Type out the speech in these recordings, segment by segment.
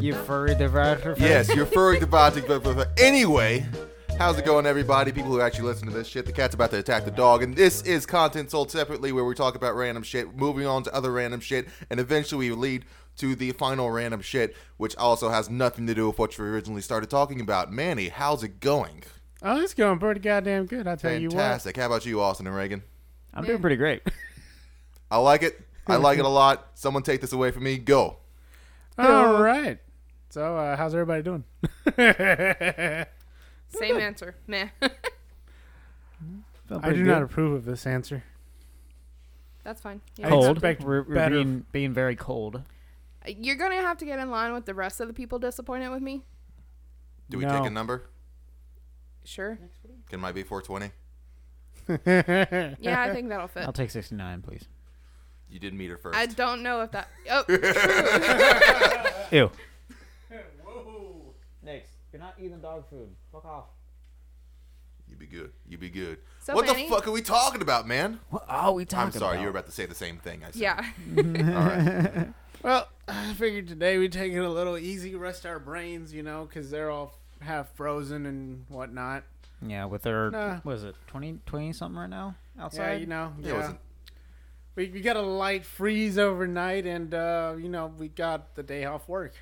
You furry devourer. Yes, you're furry the Bajik. But, but, but anyway, how's it going, everybody? People who actually listen to this shit. The cat's about to attack the dog, and this is content sold separately, where we talk about random shit, moving on to other random shit, and eventually we lead to the final random shit, which also has nothing to do with what you originally started talking about. Manny, how's it going? Oh, it's going pretty goddamn good. I tell you what, Fantastic. How about you, Austin and Reagan? I'm doing pretty great. I like it. I like it a lot. Someone take this away from me. Go. All right. So, uh, how's everybody doing? Same answer. Meh. Felt I do pretty not good. approve of this answer. That's fine. I Yeah. Cold. cold. expect We're, we're better- being, being very cold. You're gonna have to get in line with the rest of the people disappointed with me. Do we No. take a number? Sure. Can my be 420? Yeah, I think that'll fit. I'll take 69, please. You did meet her first. I don't know if that. Oh, true. Ew. Whoa. Next. You're not eating dog food. Fuck off. You be good. You be good. So what Manny- the fuck are we talking about, man? What are we talking I'm sorry, about? you were about to say the same thing. I said. yeah. All right. Well, I figured today we take it a little easy, rest our brains, you know, because they're all half frozen and whatnot. Yeah, with their, Nah. what is it, 20, 20 something right now outside? Yeah, you know, It yeah. wasn't- We, we got a light freeze overnight, and uh, you know, we got the day off work.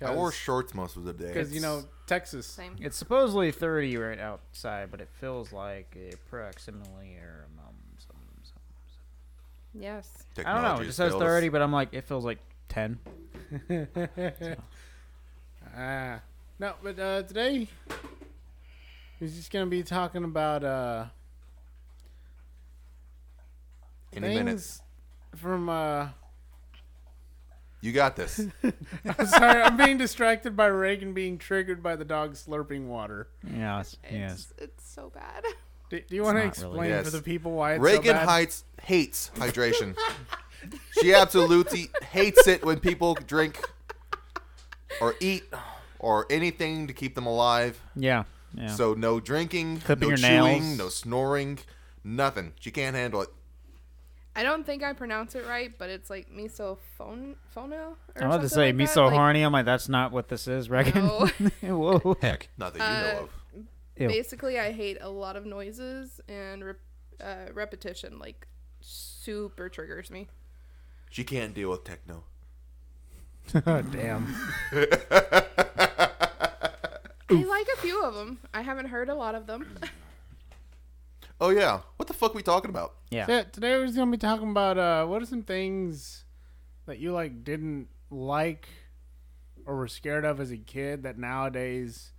I wore shorts most of the day. because you know Texas. Same. It's supposedly 30 right outside, but it feels like approximately or um, some, some, Yes. I don't know. It Technology just has says failed us. 30, but I'm like, it feels like 10. Ah, no, but uh, today we're just gonna be talking about uh, Any things minutes. from. Uh, You got this. I'm sorry, I'm being distracted by Reagan being triggered by the dog slurping water. Yeah, it's, yes. It's, it's so bad. Do, do you want to not really- explain Yes. for the people why it's so Reagan bad? Heights hates hydration. she absolutely hates it when people drink or eat or anything to keep them alive. Yeah. Yeah. So no drinking, Clipping your no chewing, nails. no snoring, nothing. She can't handle it. I don't think I pronounce it right, but it's like misophone phono. I'm about to say, like me that. so Like, horny. I'm like, that's not what this is, Reagan. No. Whoa. Heck, Not that you know Uh, of. Ew. Basically, I hate a lot of noises and rep- uh, repetition. Like, super triggers me. She can't deal with techno. Oh, damn. I like a few of them. I haven't heard a lot of them. Oh yeah. What the fuck we talking about? Yeah. Yeah, today we're just gonna be talking about uh, what are some things that you like didn't like or were scared of as a kid that nowadays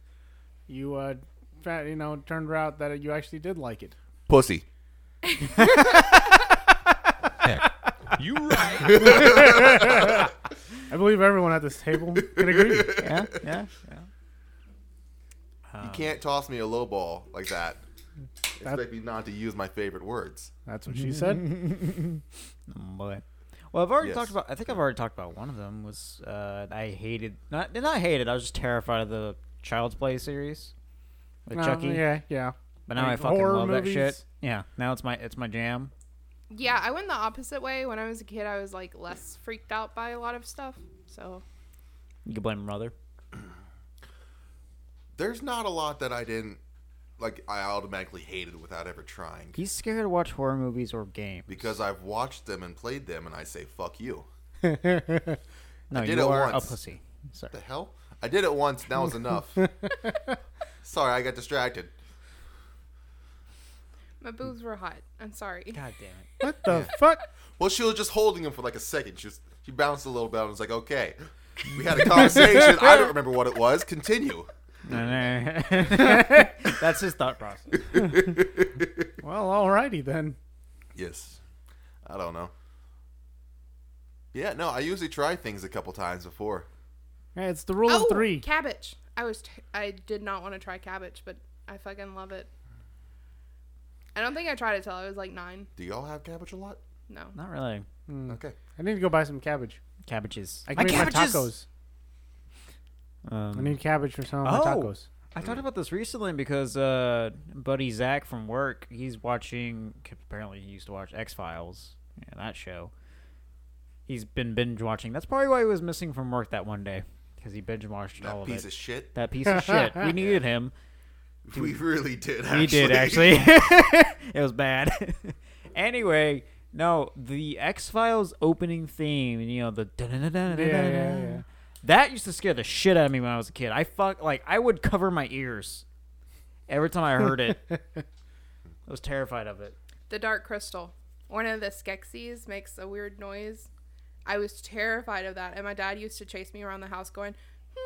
you uh, fa- you know, turned out that you actually did like it. Pussy. heck. You right. I believe everyone at this table can agree. Yeah. Yeah. yeah. You can't toss me a low ball like that. Expect me not to use my favorite words. That's what she said. Mm, Boy. Well, I've already Yes. talked about. I think I've already talked about one of them. Was uh, I hated? Not did not hate it. I was just terrified of the Child's Play series with Um, Chucky. Yeah, yeah. But now I Like fucking horror love movies. that shit. Yeah. Now it's my it's my jam. Yeah, I went the opposite way. When I was a kid, I was like less freaked out by a lot of stuff. So You can blame my mother. There's not a lot that I didn't like I automatically hated without ever trying. He's scared to watch horror movies or games. Because I've watched them and played them and I say fuck you. no, did you it are once. a pussy. Sorry. The hell? I did it once, that was enough. Sorry, I got distracted. my boobs were hot. I'm sorry. God damn it. What the fuck? Well, she was just holding him for like a second. She was, she bounced a little bit and was like, "Okay." We had a conversation. I don't remember what it was. Continue. That's his thought process. Well, alrighty then. Yes. I don't know. Yeah, no, I usually try things a couple times before. Hey, it's the rule Oh, of three. cabbage. I was t- I did not want to try cabbage, but I fucking love it. I don't think I tried it till I was like nine. Do y'all have cabbage a lot? No, Not really. Okay. I need to go buy some cabbage. Cabbages. I can make my tacos. I Um, need cabbage for some of my Oh. tacos. I talked about this recently because uh, buddy Zach from work, he's watching. Apparently, he used to watch X Files, yeah, that show. He's been binge watching. That's probably why he was missing from work that one day, 'cause because he binge watched all That of piece it. of shit. that piece of shit. We needed him. We really did. Actually. We did actually. it was bad. anyway, no, the X Files opening theme, you know, the Yeah, yeah, yeah. that used to scare the shit out of me when I was a kid. I fuck like I would cover my ears every time I heard it. I was terrified of it. The Dark Crystal. One of the Skeksis makes a weird noise. I was terrified of that, and my dad used to chase me around the house going,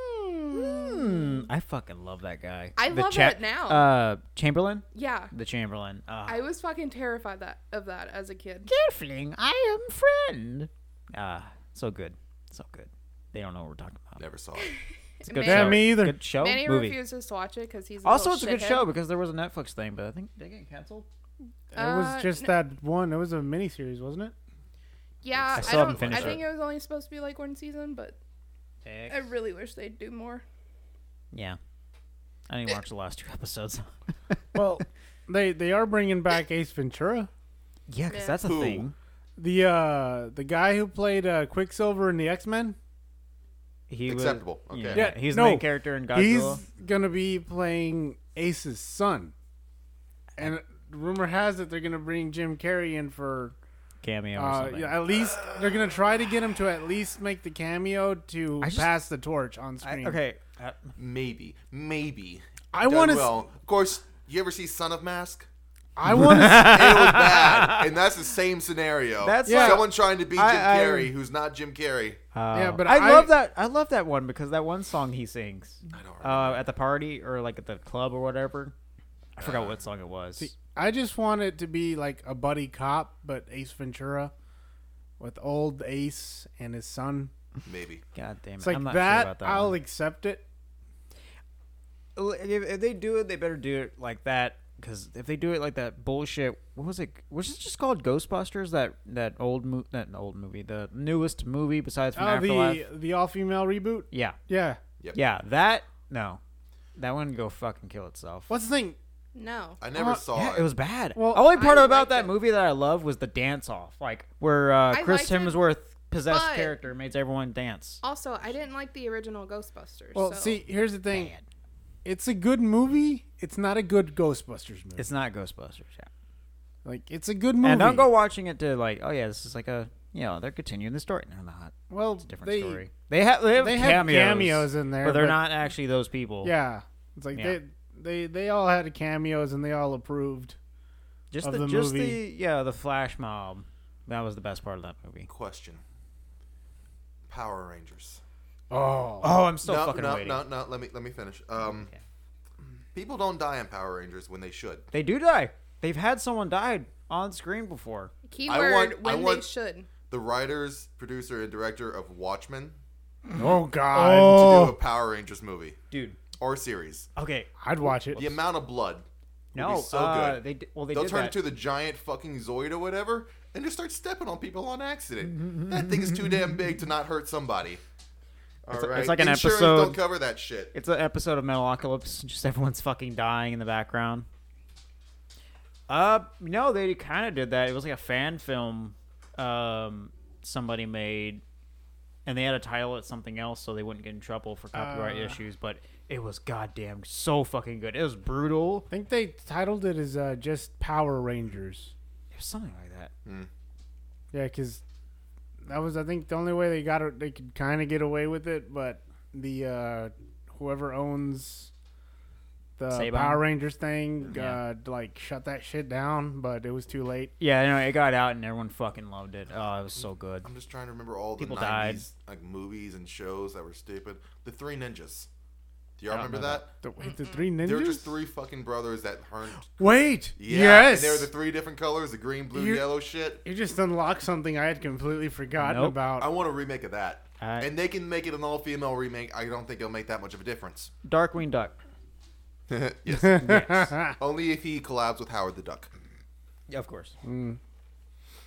hmm. Hmm, I fucking love that guy. I The love Cha- it now. Uh, Chamberlain, Yeah. the Chamberlain. Uh, I was fucking terrified that of that as a kid. Gelfling, I am friend. Ah, so good, so good. They don't know what we're talking about. Never saw it. It's a good Man- show. Yeah, me either. Good show. Manny Oh, movie. refuses to watch it because he's a Also, it's little a good shithead. show because there was a Netflix thing, but I think they get canceled. it Uh, was just n- that one. It was a miniseries, wasn't it? Yeah, I I, still haven't don't. I finished think it was only supposed to be like one season, but I really wish they'd do more. Yeah, I didn't watch the last two episodes. Well, they they are bringing back Ace Ventura. yeah, because Yeah. that's a Who? thing. The uh the guy who played uh, Quicksilver in the X Men. He Acceptable, Was, okay. Yeah, Yeah, he's no, the main character in Godzilla. He's gonna be playing Ace's son, and rumor has it they're gonna bring Jim Carrey in for. Cameo or Uh, something. yeah, at least they're gonna try to get him to at least make the cameo to I just- pass the torch on I- screen. okay, uh, Maybe, maybe. I Done want to. Well, of course. You ever see Son of Mask? I want to. And it was bad, and that's the same scenario. That's Yeah. like- someone trying to be Jim I- I- Carrey, who's not Jim Carrey. yeah, but uh, I, I- love that. I love that one because that one song he sings don't remember. uh, at the party or like at the club or whatever. I forgot what song it was. I just want it to be like a buddy cop, but Ace Ventura, with old Ace and his son. Maybe. God damn it! It's like I'm not that, sure about that. I'll one. accept it. Well, if, if they do it, they better do it like that. Because if they do it like that bullshit, what was it? Was it just called Ghostbusters? That that old mo- that old movie, the newest movie besides from Oh, Afterlife. the the all female reboot. Yeah, Yeah. yeah. That no, that one go fucking kill itself. What's the thing? No. I never Uh, saw Yeah, it. it was bad. Well, only part I about liked that it. movie that I love was the dance off, like where uh, I Chris liked it, Hemsworth possessed but- character makes everyone dance. Also, I didn't like the original Ghostbusters. Well, so. see, here's the thing. Bad. It's a good movie. It's not a good Ghostbusters movie. It's not Ghostbusters, yeah. like it's a good movie. And don't go watching it to like, oh yeah, this is like a you know they're continuing the story. No, they're not. well, It's a different they, story. They have they have They had cameos, cameos in there, but they're but- not actually those people. Yeah. It's like Yeah. they they they all had cameos and they all approved. just of the, the just movie. the yeah the flash mob. That was the best part of that movie. Question. Power Rangers. Oh. Oh, I'm still no, fucking no, waiting. no, no. Let me let me finish. Um, Okay. people don't die in Power Rangers when they should. They do die. They've had someone died on screen before. keyword want- I when they want- should. The writers, producer, and director of Watchmen Oh god. to do Oh. a Power Rangers movie Dude, or series. okay, I'd watch it. The amount of blood. would no, be so uh, good. they di- well they They'll did turn that. into the giant fucking Zoid or whatever, and just start stepping on people on accident. that thing is too damn big to not hurt somebody. All right, a- it's like an Insurance episode- Don't cover that shit. It's an episode of Metalocalypse. Just everyone's fucking dying in the background. Uh, no, they kind of did that. It was like a fan film, um, somebody made, and they had to title it something else so they wouldn't get in trouble for copyright Uh. issues. But it was goddamn so fucking good. It was brutal. I think they titled it as uh, just Power Rangers. It was something like that. Yeah, because that was I think the only way they got it, they could kind of get away with it. But the uh, whoever owns the Saban? Power Rangers thing, Yeah. uh, like shut that shit down. But it was too late. Yeah, no, it got out and everyone fucking loved it. Oh, it was so good. I'm just trying to remember all the People 90s died. like movies and shows that were stupid. The Three Ninjas. Do y'all I don't remember know that? The, wait, the three ninjas. They were just three fucking brothers that turned. Wait. Yeah, Yes. And they were the three different colors: the green, blue, You- yellow shit. you just unlocked something I had completely forgotten Nope. about. I want a remake of that. I- and they can make it an all-female remake. I don't think it'll make that much of a difference. Darkwing Duck. Oh, yes. Yes. Only if he collabs with Howard the Duck. Yeah, of course. so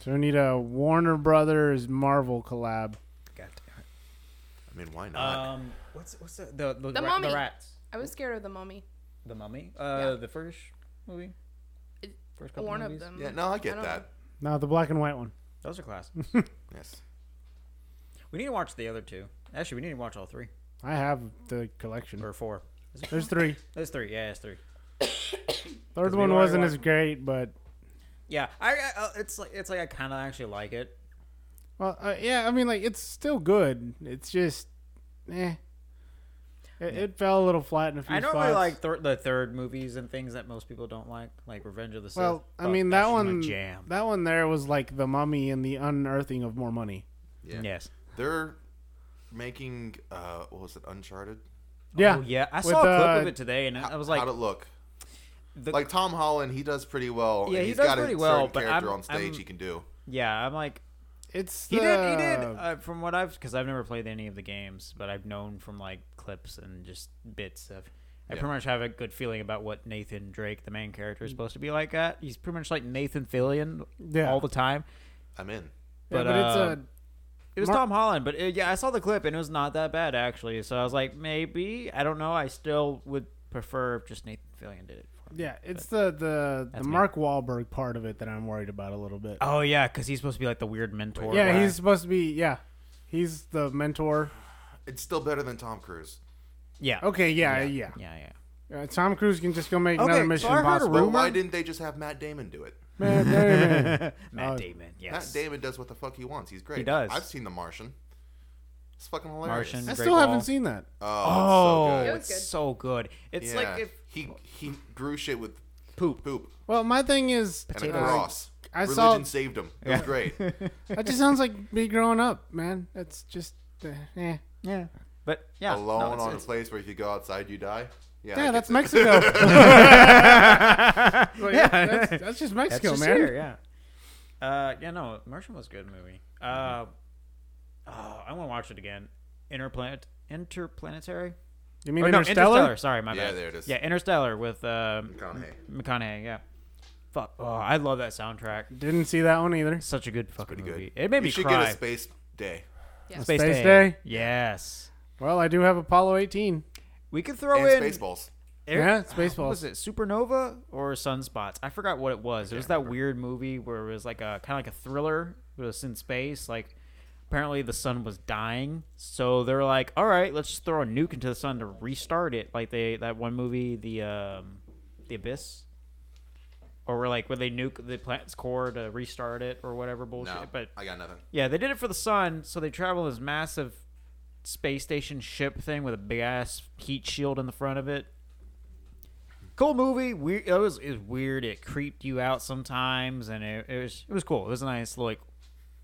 we need a Warner Brothers Marvel collab. God I mean, why damn it. not? Um, what's what's the the the, ra- Mummy. the rats? I was scared of the mummy. The Mummy? Uh, Yeah. the first movie? It- First couple One of movies? them. yeah, no, I get I don't that. No, the black and white one. Those are classics. Yes. we need to watch the other two. Actually, we need to watch all three. I have the collection. or four. There's three. There's three. Yeah, it's three. Third we one already wasn't watched- as great, but Yeah, I, I uh, it's like it's like I kind of actually like it. well, uh, yeah. I mean, like it's still good. It's just, eh. It, it fell a little flat in a few I normally spots. like thir- the third movies and things that most people don't like, like Revenge of the Sith. well, I but mean that's that just my one. jam. That one there was like the mummy and the unearthing of more money. Yeah. yes. They're making uh what was it, Uncharted? Yeah. Oh yeah, I With, saw a clip uh, of it today, and I I was like, How'd it look? the- Like Tom Holland, he does pretty well. Yeah, and he he's does got a pretty certain well, but character I'm- on stage I'm- he can do. yeah, I'm like, It's He did. He did. the- Uh, from what I've, because I've never played any of the games, but I've known from like clips and just bits of. I Yeah. pretty much have a good feeling about what Nathan Drake, the main character, is supposed to be like. At he's pretty much like Nathan Fillion Yeah. all the time. I'm in. Yeah, but, but it's uh, a It was Mar- Tom Holland, but uh yeah, I saw the clip and it was not that bad actually. So I was like, maybe I don't know. I still would prefer if just Nathan Fillion did it. For me. Yeah, it's the the, the me. Mark Wahlberg part of it that I'm worried about a little bit. Oh yeah, because he's supposed to be like the weird mentor. yeah, guy. he's supposed to be yeah, he's the mentor. It's still better than Tom Cruise. yeah. Okay, yeah, yeah. Yeah. Yeah. Yeah. Uh, Tom Cruise can just go make Okay, another so Mission I heard a Impossible. But rumor- why didn't they just have Matt Damon do it? Man, wait a minute. Matt Uh, Damon. Yes. Matt Damon does what the fuck he wants. He's great. He does. I've seen The Martian. It's fucking hilarious. Martian. I Great still Wall. haven't seen that. Oh, Oh, it's so It good. was it's good. so good. It's yeah. like if he he grew shit with poop. poop Well, my thing is, and a uh, cross. I Religion saw- saved him. It was great. that just sounds like me growing up, man. That's just uh, eh. Yeah. But yeah, no, Alone it's- on a it's- place where if you go outside you die. Yeah, Yeah, that that's gets it. Mexico. Like, yeah, that's, that's just Mexico, just man. here, yeah. Uh, yeah, no, Martian was a good movie. Uh, oh, I want to watch it again. Interplanet, interplanetary. You mean Or Oh, no, Interstellar. Interstellar? Sorry, my Yeah, bad. there it is. Yeah, Interstellar with um, McConaughey. McConaughey. Yeah. Fuck. Oh, I love that soundtrack. Didn't see that one either. Such a good fucking Pretty movie. good. It made You me should cry. get a space day. Space, Space Day. Day? Yes. Well, I do have Apollo 18. We could throw And in Spaceballs. Air- Yeah, it's What baseball. was it supernova or sunspots? I forgot what it was. It was that weird movie where it was like a kind of like a thriller, but it was in space. Like apparently the sun was dying, so they're like, "All right, let's just throw a nuke into the sun to restart it." Like they that one movie, the um, the abyss, or where like where they nuke the planet's core to restart it or whatever bullshit. No, But I got nothing. yeah, they did it for the sun, so they travel this massive space station ship thing with a big ass heat shield in the front of it. Cool movie. Weird. It was, it was weird. It creeped you out sometimes, and it, it was it was cool. It was a nice like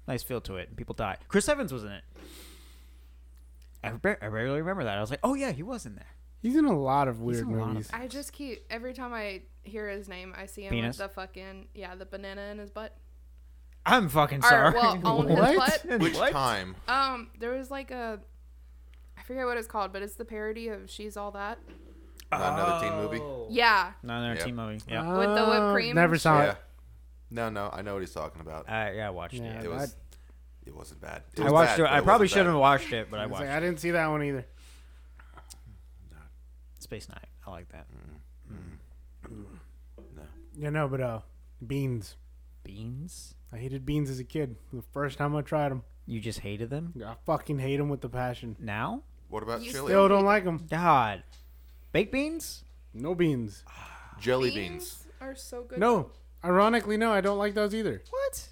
nice feel to it. And people die. Chris Evans was in it. I, bar- I barely remember that. I was like, oh yeah, he was in there. He's in a lot of weird in a lot of- movies. I just keep every time I hear his name, I see him Penis? with the fucking yeah, the banana in his butt. I'm fucking Or, sorry. well, on What? his butt. Which What? time? Um, there was like a, I forget what it's called, but it's the parody of "She's All That." Not another teen movie. Oh. Yeah, Not another Yeah. teen movie. Yeah. With the whipped Oh, cream Never and saw Yeah. it. No, no, I know what he's talking about. I, Uh, yeah, I watched Yeah, it. it was. that- It wasn't bad. It I was watched bad, it. but I wasn't probably bad. shouldn't have watched it, but I I, was watched. like, it. I didn't see that one either. Space Night. I like that. Mm. You know, but uh, beans. Beans? I hated beans as a kid. The first time I tried them, You just hated them? I fucking hate them with the passion. Now? What about You chili? Still don't like them. God. Baked beans? No beans. Jelly beans. beans are so good. No. Ironically, no, I don't like those either. What?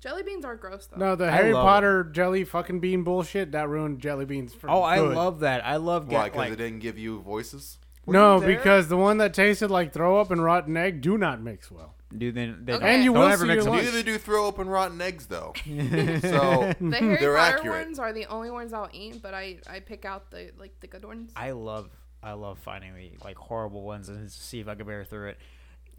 jelly beans are gross though. No, the I Harry love Potter jelly fucking bean bullshit that ruined jelly beans. For Oh, I good. love that. I love Why? getting Because like, it didn't give you voices. Were No, you there? because the one that tasted like throw up and rotten egg do not mix well. dude. Then they Okay. don't, And you don't will ever see mix your them. lunch. Neither do throw up and rotten eggs, though. so Hmm. the Harry They're Potter accurate. ones are the only ones I'll eat, but I I pick out the like the good ones. I love, I love finding the like horrible ones and just see if I can bear through it.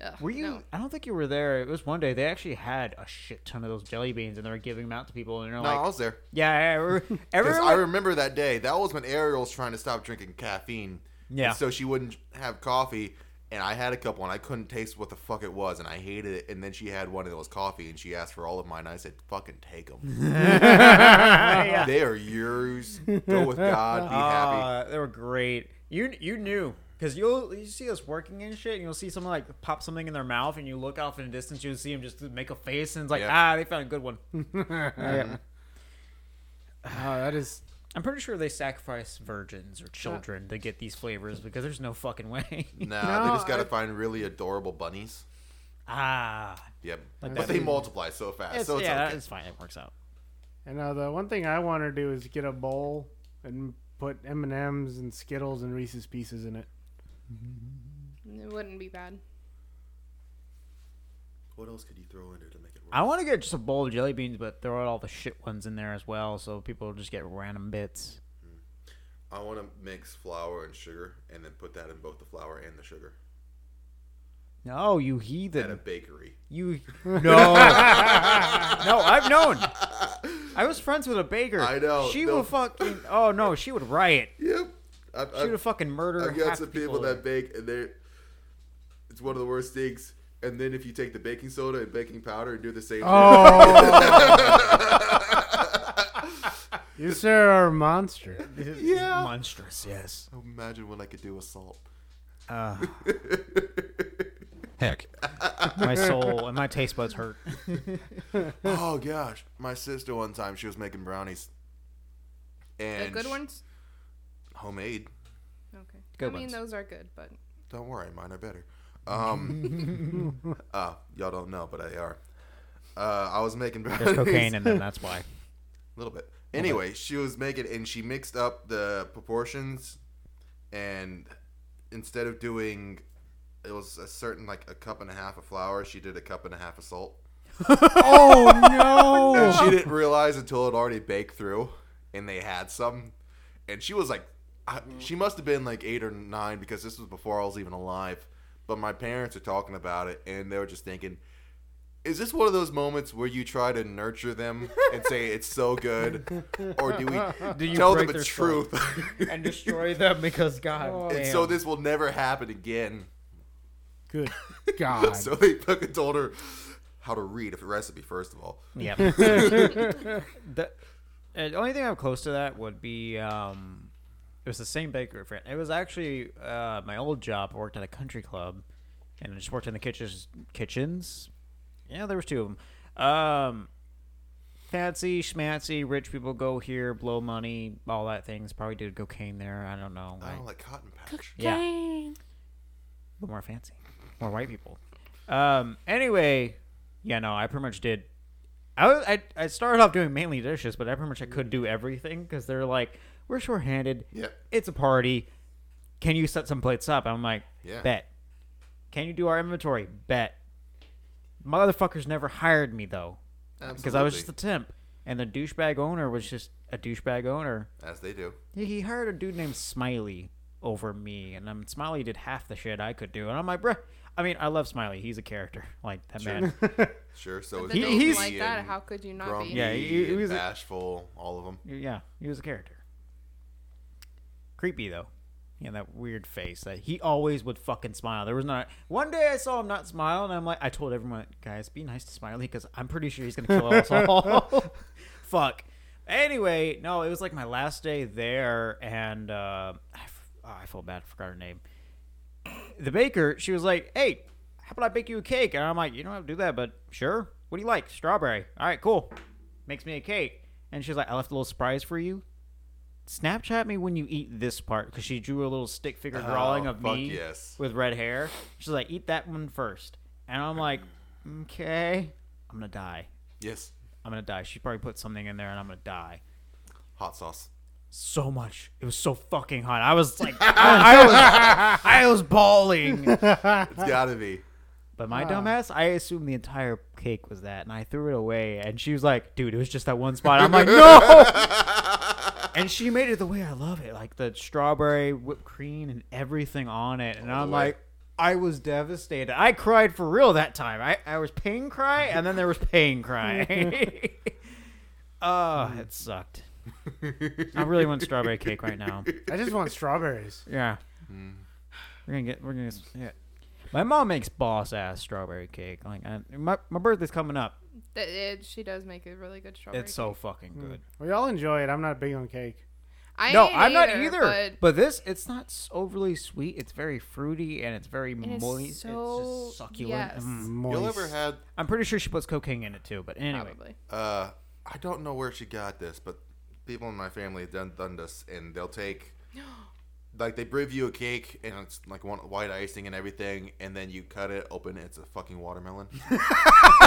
Ugh, Were you? no. I don't think you were there. It was one day they actually had a shit ton of those jelly beans and they were giving them out to people and they're no, like, I was there. yeah, yeah, we're- Because I everyone. remember that day. That was when Ariel's trying to stop drinking caffeine. Yeah. And so she wouldn't have coffee, and I had a couple, and I couldn't taste what the fuck it was, and I hated it. And then she had one, and it was coffee, and she asked for all of mine. And I said, "Fucking take them. yeah. they are yours. Go with God. Be happy." Uh, they were great. You you knew because you'll you see us working and shit, and you'll see someone like pop something in their mouth, and you look off in the distance, you'll see them just make a "Ah, face, and it's like Yeah. ah, they found a good one. Oh, that is I'm pretty sure they sacrifice virgins or children to get these flavors because there's no fucking way. Nah, they No, just gotta I- find really adorable bunnies. ah, Yep. Like but that. they multiply so fast, it's, so it's yeah, okay. it's fine. It works out. And uh, the one thing I want to do is get a bowl and put M and M's and Skittles and Reese's Pieces in it. It wouldn't be bad. What else could you throw in there to make it work? I want to get just a bowl of jelly beans, but throw out all the shit ones in there as well, so people just get random bits. I want to mix flour and sugar, and then put that in both the flour and the sugar No, you at a heathen! bakery. You no, no. I've known. I was friends with a baker. I know, She no. would fucking. Oh no, she would riot. Yep. I, She I, would fucking murder. I've got half some the people there. that bake, and they're it's one of the worst things. And then if you take the baking soda and baking powder and do the same Oh. you sir are a monster. Yeah. monstrous. Yes. thing, imagine what I could do with salt. Uh, Heck, my soul and my taste buds hurt. oh gosh, my sister one time she was making brownies, and The good sh- ones? homemade. Okay. Good I mean, ones. those are good, but Don't worry, mine are better. Um, uh, y'all don't know, but they are. Uh, I was making brownies. There's cocaine in them. That's why. A little bit. Anyway, she was making and she mixed up the proportions and instead of doing it was a certain like a cup and a half of flour, she did a cup and a half of salt. Oh no. And she didn't realize until it already baked through and they had some. And she was like I, she must have been like 8 or 9 because this was before I was even alive. But my parents are talking about it and they were just thinking is this one of those moments where you try to nurture them and say it's so good, or do we Do you tell break them the their soul? truth? and destroy them because God. and damn. so this will never happen again. Good God. So they fucking told her how to read a recipe first of all. Yep. the, uh, the only thing I'm close to that would be um, it was the same bakery friend. It was actually uh, my old job. I worked at a country club, and I just worked in the kitchens. Kitchens. Yeah, there was two of them. Um, fancy schmancy rich people go here, blow money, all that things. Probably did cocaine there. I don't know. I like- don't like cotton patch. yeah. But more fancy. More white people. Um anyway, yeah, no, I pretty much did I was, I, I started off doing mainly dishes, but I pretty much I could do everything because they're like, we're shorthanded. Yep. It's a party. Can you set some plates up? I'm like, Yeah. bet. Can you do our inventory? Bet. Motherfuckers never hired me though because I was just a Absolutely. temp, and the douchebag owner was just a douchebag owner. as they do. Yeah, he hired a dude named Smiley over me, and um, Smiley did half the shit I could do, and I'm like, bruh. I mean, I love Smiley. He's a character, like that man. Sure. So the is he- days he's- like that, and how could you not grumpy be? Yeah, he- he and was a- bashful, all of them. yeah, he was a character. Creepy though. Yeah, that weird face that he always would fucking smile. There was not one day I saw him not smile, and I'm like, I told everyone, guys, be nice to Smiley because I'm pretty sure he's gonna kill us all. Fuck. Anyway, no, it was like my last day there, and uh, I, f- oh, I feel bad. I forgot her name. The baker, she was like, "Hey, how about I bake you a cake?" And I'm like, "You don't have to do that, but sure. What do you like? Strawberry. All right, cool. Makes me a cake." And she's like, "I left a little surprise for you. Snapchat me when you eat this part because she drew a little stick figure drawing of Oh, fuck me yes. with red hair. She's like, eat that one first. And I'm like, okay, I'm gonna die. Yes. I'm gonna die. She probably put something in there, and I'm gonna die. Hot sauce. So much. It was so fucking hot. I was like, I, I was, I was bawling. It's gotta be. But my dumbass, I assumed the entire cake was that, and I threw it away. And she was like, "Dude, it was just that one spot." I'm like, "No!" and she made it the way I love it, like the strawberry whipped cream and everything on it. And I'm the way. like, I was devastated. I cried for real that time. I, I was pain cry, and then there was pain cry. oh, it sucked. I really want strawberry cake right now. I just want strawberries. Yeah. We're gonna get. We're gonna. s- Yeah. My mom makes boss ass strawberry cake. Like I, my my birthday's coming up. That it, she does make a really good strawberry. It's so fucking good. We all enjoy it. I'm not big on cake. I No, ain't I'm not either. But But, this, it's not s- overly sweet. It's very fruity and it's very it is moist. it's so- just succulent. yes. Mm. Y'all Moist. ever had? I'm pretty sure she puts cocaine in it too. But anyway, probably. Uh, I don't know where she got this, but people in my family have done, done this, and they'll take like they bring you a cake and it's like one white icing and everything, and then you cut it open, it's a fucking watermelon.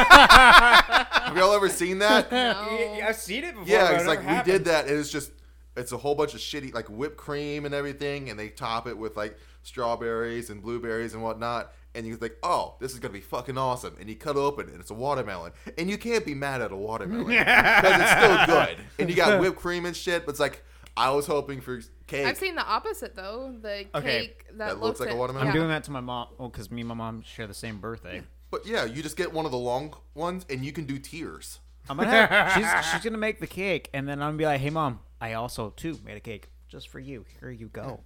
have y'all ever seen that? No. I've seen it before. Yeah, it's like we did that. and It's just it's a whole bunch of shitty like whipped cream and everything, and they top it with like strawberries and blueberries and whatnot. And you're like, oh, this is gonna be fucking awesome. And you cut open, and it's a watermelon, and you can't be mad at a watermelon because it's still good. And you got whipped cream and shit, but it's like I was hoping for cake. I've seen the opposite though. The Okay. cake that, That looks like a watermelon? I'm yeah. doing that to my mom. Well, because me and my mom share the same birthday. but yeah, you just get one of the long ones, and you can do tears. I'm gonna. Have, she's she's gonna make the cake, and then I'm gonna be like, "Hey, mom, I also too made a cake just for you. Here you go."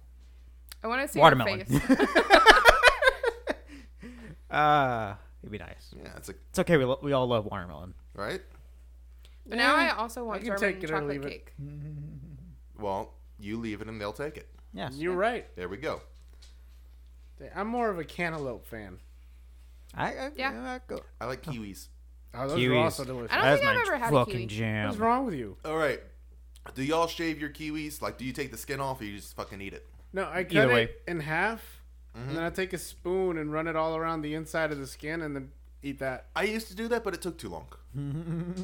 I want to see Watermelon. your face. Uh it'd be nice. Yeah, it's like It's okay. We lo- we all love watermelon. right. But now I also want can German take it or chocolate leave it. cake. Mm. Well, you leave it, and they'll take it. Yes. You're right. There we go. I'm more of a cantaloupe fan. I, I, Yeah. I go. I like kiwis. Oh, those are Kiwis. also delicious. I don't That's think I've my ever had a fucking kiwi. What's jam. wrong with you? All right. Do y'all shave your kiwis? Like, do you take the skin off, or you just fucking eat it? No, I Either cut way. it in half, and then I take a spoon and run it all around the inside of the skin, and then eat that. I used to do that, but it took too long.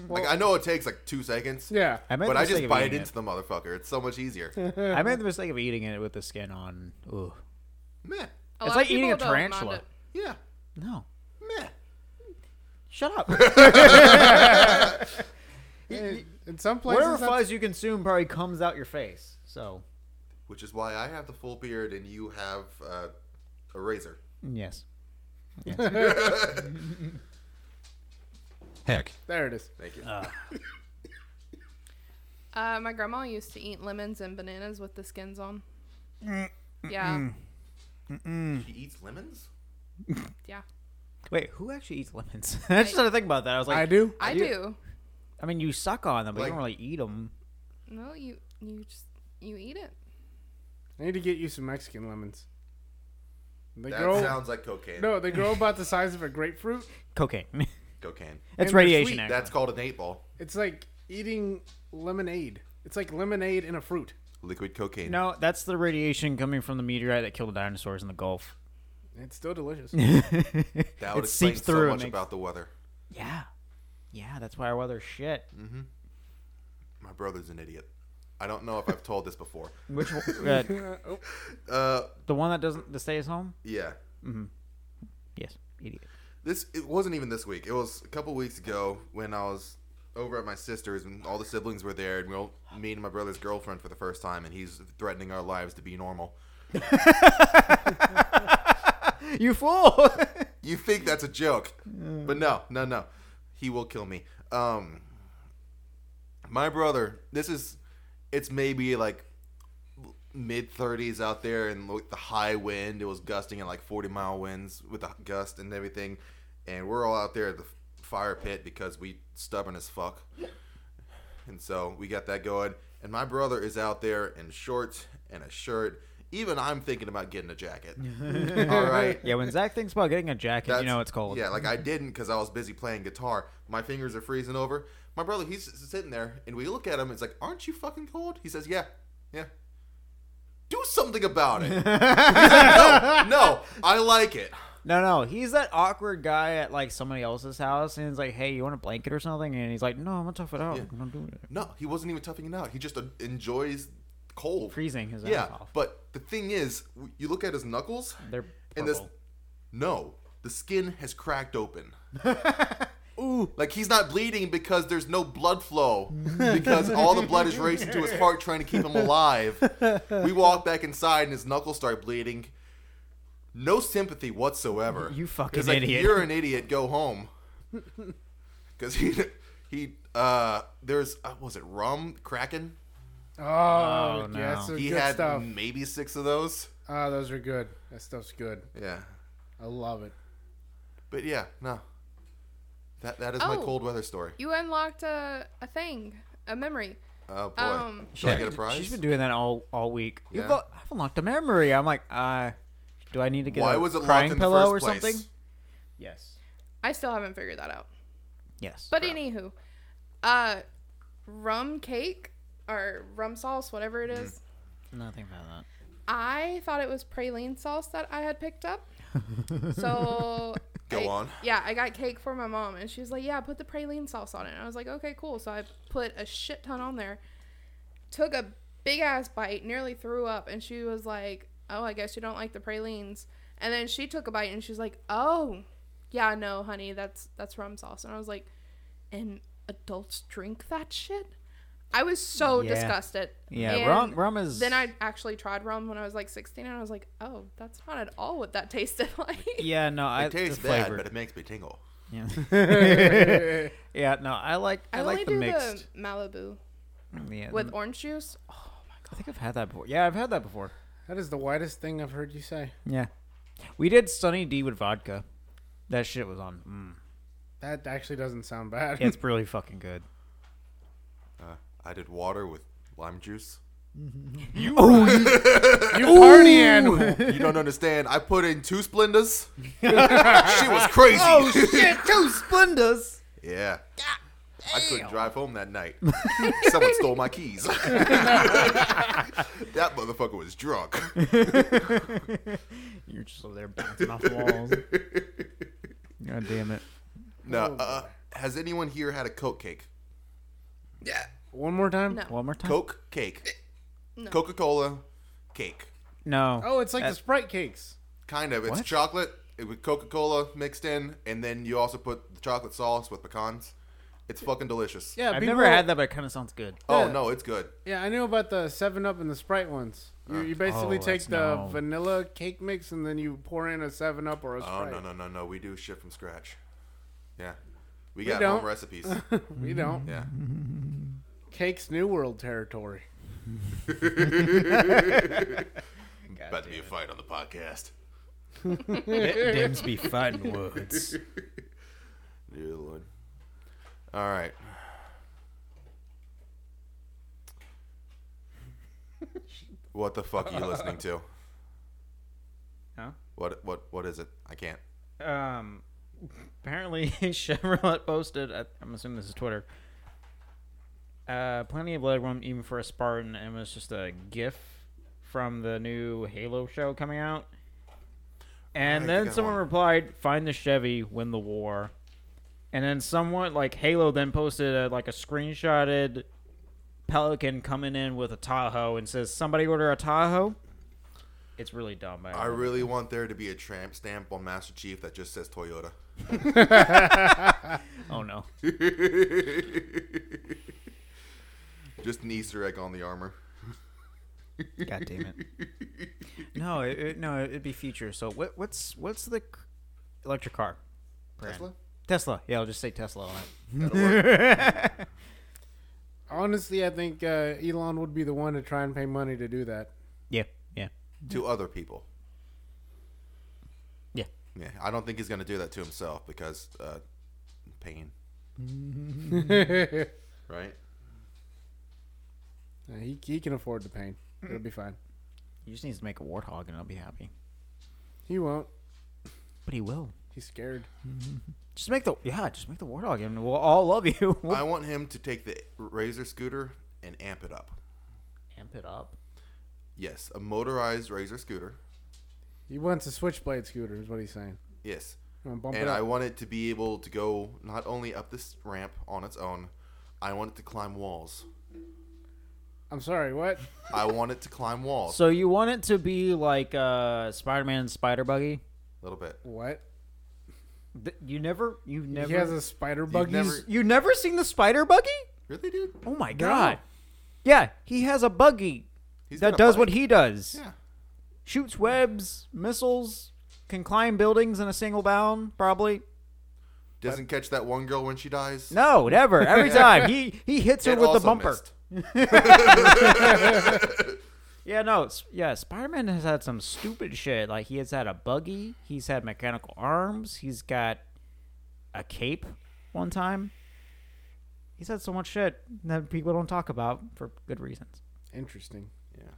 like, I know it takes like two seconds. Yeah. I made But the I mistake just of bite eating into the motherfucker. It's so much easier. It. I made the mistake of eating it with the skin on. Ooh. Meh. A It's lot of like eating people a don't mind tarantula. it. Yeah. No. Meh. Shut up. In in some Whatever places, that's- fuzz you consume probably comes out your face. So Which is why I have the full beard and you have uh, a razor. yes. Heck. there it is. Thank you. Ah. Uh, my grandma used to eat lemons and bananas with the skins on. Yeah, She eats lemons? yeah, Wait, who actually eats lemons? I just had to think about that. I was like, I do. I do- do. I mean, you suck on them, but Like- you don't really eat them. No, you you just you eat it. I need to get you some Mexican lemons. They That grow. sounds like cocaine. No, they grow about the size of a grapefruit. Cocaine. Cocaine. That's they're radiation. sweet. actually. That's called an eight ball. It's like eating lemonade. It's like lemonade in a fruit. Liquid cocaine. no, that's the radiation coming from the meteorite that killed the dinosaurs in the Gulf. It's still delicious. That would it explain seeps through. so and much makes- about the weather. yeah, yeah. That's why our weather's shit. Mm. My brother's an idiot. I don't know if I've told this before. Which one, uh, oh. Uh, the one that doesn't that stays home? yeah. Yes, idiot. this it wasn't even this week. It was a couple weeks ago when I was over at my sister's and all the siblings were there and we all, me and my brother's girlfriend for the first time and he's threatening our lives to be normal. You fool! You think that's a joke, but no, no, no. He will kill me. Um, my brother. This is. It's maybe like mid 30s out there, and like the high wind. It was gusting at like 40 mile winds with the gust and everything, and we're all out there at the fire pit because we stubborn as fuck, and so we got that going. And my brother is out there in shorts and a shirt. Even I'm thinking about getting a jacket. all right. yeah, when Zach thinks about getting a jacket, you know it's cold. Yeah, like I didn't because I was busy playing guitar. My fingers are freezing over. My brother, he's s- sitting there, and we look at him. It's like, aren't you fucking cold? He says, yeah, yeah. Do something about it. He's like, no, no, I like it. No, no, he's that awkward guy at like somebody else's house, and he's like, "Hey, you want a blanket or something?" And he's like, "No, I'm gonna tough it out. Yeah. I'm not doing it." No, he wasn't even toughing it out. He just uh, enjoys cold. Freezing his ass Yeah, off. but the thing is, w- you look at his knuckles, They're and this, purple. no, the skin has cracked open. Ooh, like he's not bleeding because there's no blood flow because all the blood is racing to his heart trying to keep him alive. We walk back inside and his knuckles start bleeding. No sympathy whatsoever. You fucking It's like, idiot. You're an idiot. Go home. Because he he uh there's uh, was it rum Kraken? Oh, no. yeah, that's some He good had stuff. maybe six of those. Ah, those are good. That stuff's good. Yeah, I love it. but yeah, no. That that is my Oh. cold weather story. You unlocked a a thing, a memory. Oh boy, Um, should I Yeah. get a prize? She's been doing that all all week. You've Yeah. al- I've unlocked a memory. I'm like, uh, do I need to get Why a was it locked crying in the pillow first or place? something? Yes. I still haven't figured that out. Yes. But anywho, uh, rum cake or rum sauce, whatever it is. Nothing about that. I thought it was praline sauce that I had picked up. So Go I- on. Yeah, I got cake for my mom, and she was like, "Yeah, put the praline sauce on it." And I was like, "Okay, cool." So I put a shit ton on there. Took a big ass bite, nearly threw up, and she was like, "Oh, I guess you don't like the pralines." And then she took a bite, and she's like, "Oh, yeah, no, honey, that's that's rum sauce." And I was like, "And adults drink that shit?" I was so Yeah. disgusted. Yeah, And rum rum is Then I actually tried rum when I was like 16, and I was like, "Oh, that's not at all what that tasted like." Yeah, no, I It tastes the bad, flavor. but it makes me tingle. yeah. yeah, no, I like I, I, only like the do mixed. the Malibu yeah, with the- Oh, orange juice. I think I've had that before. Yeah, I've had that before. That is the whitest thing I've heard you say. Yeah, we did Sunny D with vodka. That shit was on. Mm. That actually doesn't sound bad. It's really fucking good. Uh, I did water with lime juice. You Oh, right. you party animal. You don't understand. I put in two Splendas. she was crazy. Oh, Oh, shit! Two splendors. Yeah. I couldn't drive home that night. Someone stole my keys. that motherfucker was drunk. You're just over there bouncing off walls. God damn it! No. Oh, Uh, has anyone here had a Coke cake? One more time. No. One more time. Coke cake. No. Coca Cola cake. No. Oh, it's like Uh, the Sprite cakes. Kind of. It's What? chocolate it- with Coca Cola mixed in, and then you also put the chocolate sauce with pecans. It's fucking delicious. Yeah, I've people, never had that, but it kind of sounds good. Oh Yeah. no, it's good. Yeah, I knew about the Seven Up and the Sprite ones. You, you basically Oh, take that's the no. vanilla cake mix and then you pour in a Seven Up or a Oh Sprite. no no no no, we do shit from scratch. Yeah, we, We got don't. home recipes. We Mm-hmm. don't. Yeah, Cakes New World territory. about to be a fight on the podcast. Dims be fighting woods. Dear Lord. All right. what the fuck are you listening to? Huh? What what what is it? I can't. Um, apparently Chevrolet posted. I- I'm assuming this is Twitter. Uh, plenty of leg room even for a Spartan, and it was just a GIF from the new Halo show coming out. And Right, you then got someone one. replied, "Find the Chevy, win the war." And then someone like Halo then posted a, like a screenshotted Pelican coming in with a Tahoe and says, "Somebody order a Tahoe." It's really dumb. I I don't know. really want there to be a tramp stamp on Master Chief that just says Toyota. oh no. just an Easter egg on the armor. God damn it! no, it, it, no, it'd be future. So what, what's what's the c- electric car? brand? Tesla? Tesla. Yeah, I'll just say Tesla. On it. Honestly, I think uh, Elon would be the one to try and pay money to do that. yeah, yeah, To other people. yeah. Yeah, I don't think he's gonna do that to himself because uh, pain, Uh, right? he, he can afford the pain. It'll be fine. He just needs to make a warthog, and I'll be happy. He won't. But he will. He's scared. Just make the yeah, just make the warthog, and we'll all love you. We'll I want him to take the Razor scooter and amp it up. amp it up. Yes, a motorized Razor scooter. He wants a switchblade scooter, is what he's saying. Yes, You wanna bump it and I up? want it to be able to go not only up this ramp on its own. I want it to climb walls. I'm sorry, what? I want it to climb walls. So you want it to be like uh, Spider-Man and Spider Buggy? A little bit. What? Th- you never, you've never, He has a spider buggy. never- you never seen the Spider Buggy? Really, dude? Oh my god! Yeah, he has a buggy He's got that a does what bike. he does. Yeah. Shoots webs, missiles, can climb buildings in a single bound, probably. Doesn't catch that one girl when she dies. No, never. Every time he he hits her It with the also bumper. missed. Yeah, no, it's, yeah. Spider Man has had some stupid shit. Like he has had a buggy. He's had mechanical arms. He's got a cape. One time, he's had so much shit that people don't talk about for good reasons. Interesting.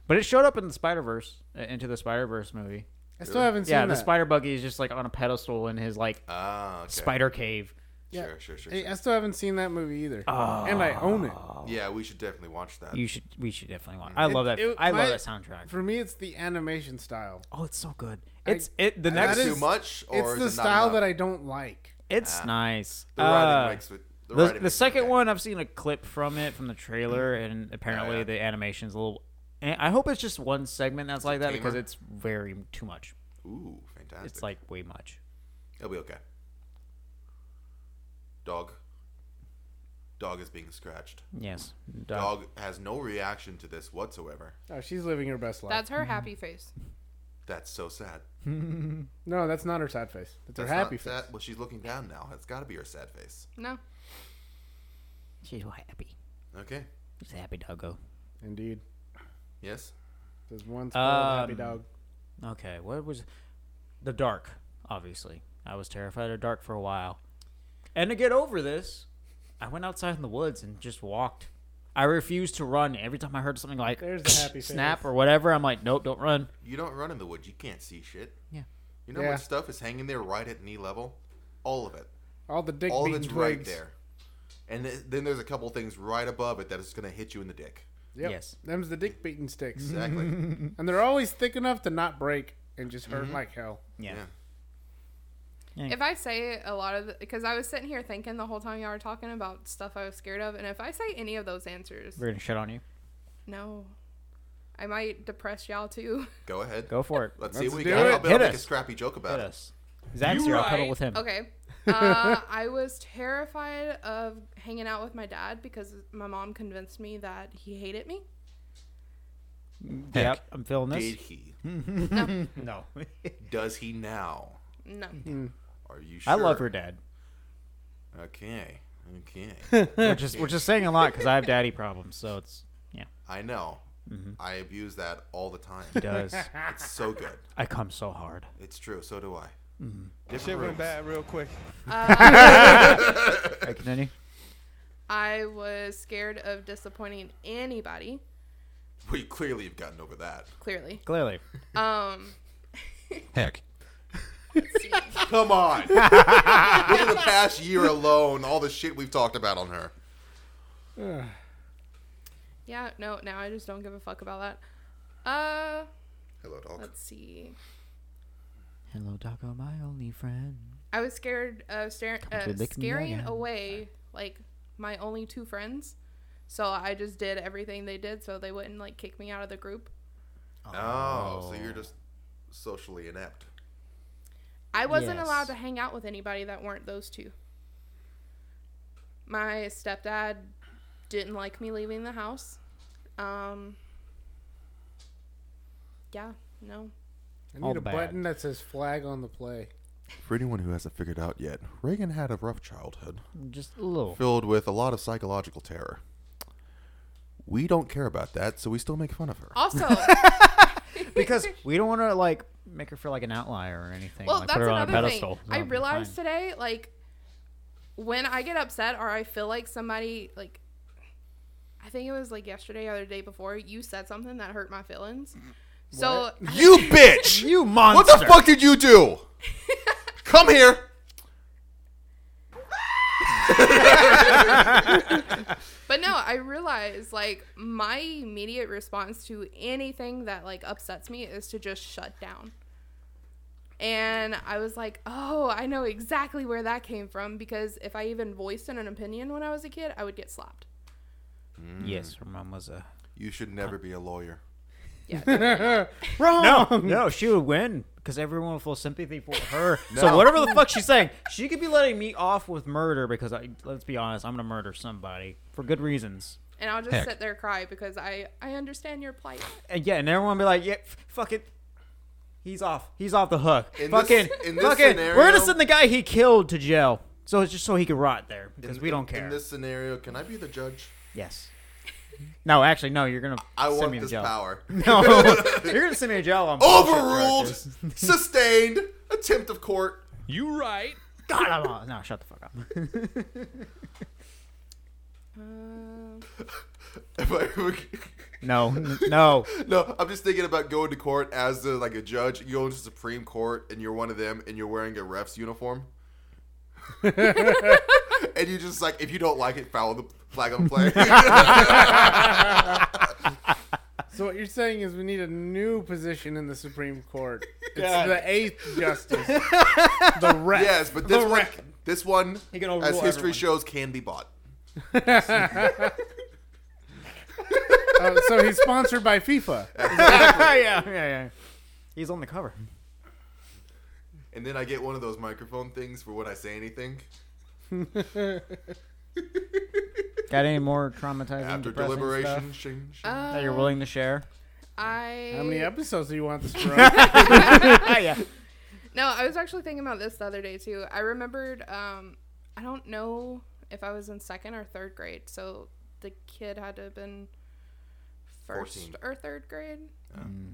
But it showed up in the Spider Verse, into the Spider Verse movie. I still haven't seen Yeah, the that. Spider Buggy is just like on a pedestal in his like Ah, okay. spider cave. Yeah. Sure, sure, sure. Hey, sure. I still haven't seen that movie either, Oh. and I own it. yeah, we should definitely watch that. You should. We should definitely watch. I love that. it- I love my- that soundtrack. For me, it's the animation style. Oh, it's so good. It's it. The next. Is it that too is- much, or it's the is it not style enough? that I don't like. it's nice. The Uh, writing makes it. the, The, writing the makes it second okay. one, I've seen a clip from it from the trailer, and apparently yeah. the animation's a little. And I hope it's just one segment that's like that because tamer. it's very too much. Ooh, fantastic. It's like way much. It'll be okay. Dog. Dog is being scratched. Yes. Dog. Dog has no reaction to this whatsoever. Oh, she's living her best life. That's mm-hmm. her happy face. That's so sad. no, that's not her sad face. That's, That's her happy not face. sad. Well, she's looking down now. It's got to be her sad face. No. She's so happy. Okay. She's a happy doggo. Indeed, Yes. there's one spoiled happy Um, dog. Okay, what was the dark? Obviously, I was terrified of dark for a while, and to get over this, I went outside in the woods and just walked. I refused to run. Every time I heard something like There's the happy snap face. or whatever, I'm like, nope, don't run. You don't run in the woods. You can't see shit. Yeah. You know Yeah. what stuff is hanging there right at knee level? All of it. All the dick All of beating it's twigs. right there. And th- then there's a couple things right above it that is going to hit you in the dick. Yep. Yes. Mm-hmm. Them's the dick beating sticks, Exactly. and they're always thick enough to not break and just Mm-hmm. hurt like hell. Yeah. Yeah. If I say a lot of, because I was sitting here thinking the whole time y'all were talking about stuff I was scared of, and if I say any of those answers, we're gonna shit on you. no, I might depress y'all too. Go ahead. Go for it. Let's, Let's see what we do got. it. I'll, be- Hit I'll make a us. scrappy joke about Hit it. us. Zach's here. I'll cuddle with him. Okay. Uh, I was terrified of hanging out with my dad because my mom convinced me that he hated me. Yep, I'm feeling this. Did he? Hmm. No, Does he now? No. Are you sure? I love her dad. Okay. Okay. We're just we're just saying a lot because I have daddy problems, so it's yeah. I know. Mm-hmm. I abuse that all the time. Does It's so good. I come so hard? It's true. So do I. Different Shit went rooms. bad real quick. I continue. I was scared of disappointing anybody, We clearly have gotten over that. clearly. Clearly, Um, Heck. Come on. Within the past year alone, all the shit we've talked about on her. yeah, no, now I just don't give a fuck about that. Uh, Hello, dog. let's see. hello, Taco, my only friend. I was scared of staring, uh, to lick me scaring again. away like my only two friends. So I just did everything they did so they wouldn't like kick me out of the group. Oh, so you're just socially inept. I wasn't Yes. allowed to hang out with anybody that weren't those two. My stepdad didn't like me leaving the house. Um, yeah, no. I All need a bad. button that says "flag on the play." For anyone who hasn't figured out yet, Reagan had a rough childhood Just a little. filled with a lot of psychological terror. We don't care about that, so we still make fun of her. Also, because we don't want to like make her feel like an outlier or anything. well, like, that's put her on a another pedestal. thing. I That'd be realized fine. today, like, when I get upset or I feel like somebody, like, I think it was like yesterday or the day before, you said something that hurt my feelings. Mm-hmm. So You bitch! you monster. What the fuck did you do? Come here. But no, I realize like my immediate response to anything that like upsets me is to just shut down. And I was like, "Oh, I know exactly where that came from because if I even voiced an opinion when I was a kid, I would get slapped." Yes, her mom was uh, a. You should never be a lawyer. Wrong. No, no, she would win because everyone would feel sympathy for her. So whatever the fuck she's saying, she could be letting me off with murder because I. Let's be honest, I'm gonna murder somebody for good reasons. And I'll just Heck. sit there cry because I I understand your plight. And yeah, and everyone would be like, yeah, f- fuck it. He's off. He's off the hook. In this- fucking, in this fucking. we're scenario- gonna send the guy he killed to jail, so it's just so he could rot there because In- we don't in- care. In this scenario, can I be the judge? Yes. No, actually, no. You're gonna I send want me to this jail. power. No, you're gonna send me to jail. On bullshit Overruled. charges. sustained. Attempt of court. You right. God, I'm all- no. Shut the fuck up. Um If I ever- No, n- no. no, I'm just thinking about going to court as the, like a judge. You go to Supreme Court and you're one of them, and you're wearing a ref's uniform. and you just like if you don't like it, foul the flag on the play. So what you're saying is we need a new position in the Supreme Court. It's the eighth justice. the ref. yes, but this one, this one, He can as overrule history everyone. shows, can be bought. Uh, so he's sponsored by FIFA. yeah, yeah, yeah. He's on the cover. And then I get one of those microphone things for when I say anything. Got any more traumatizing After depressing deliberation, stuff shing, shing. Uh, that you're willing to share? I How many episodes do you want this from? Ah, yeah. No, I was actually thinking about this the other day too. I remembered um I don't know if I was in second or third grade, so the kid had to have been first 14. or third grade. Mm.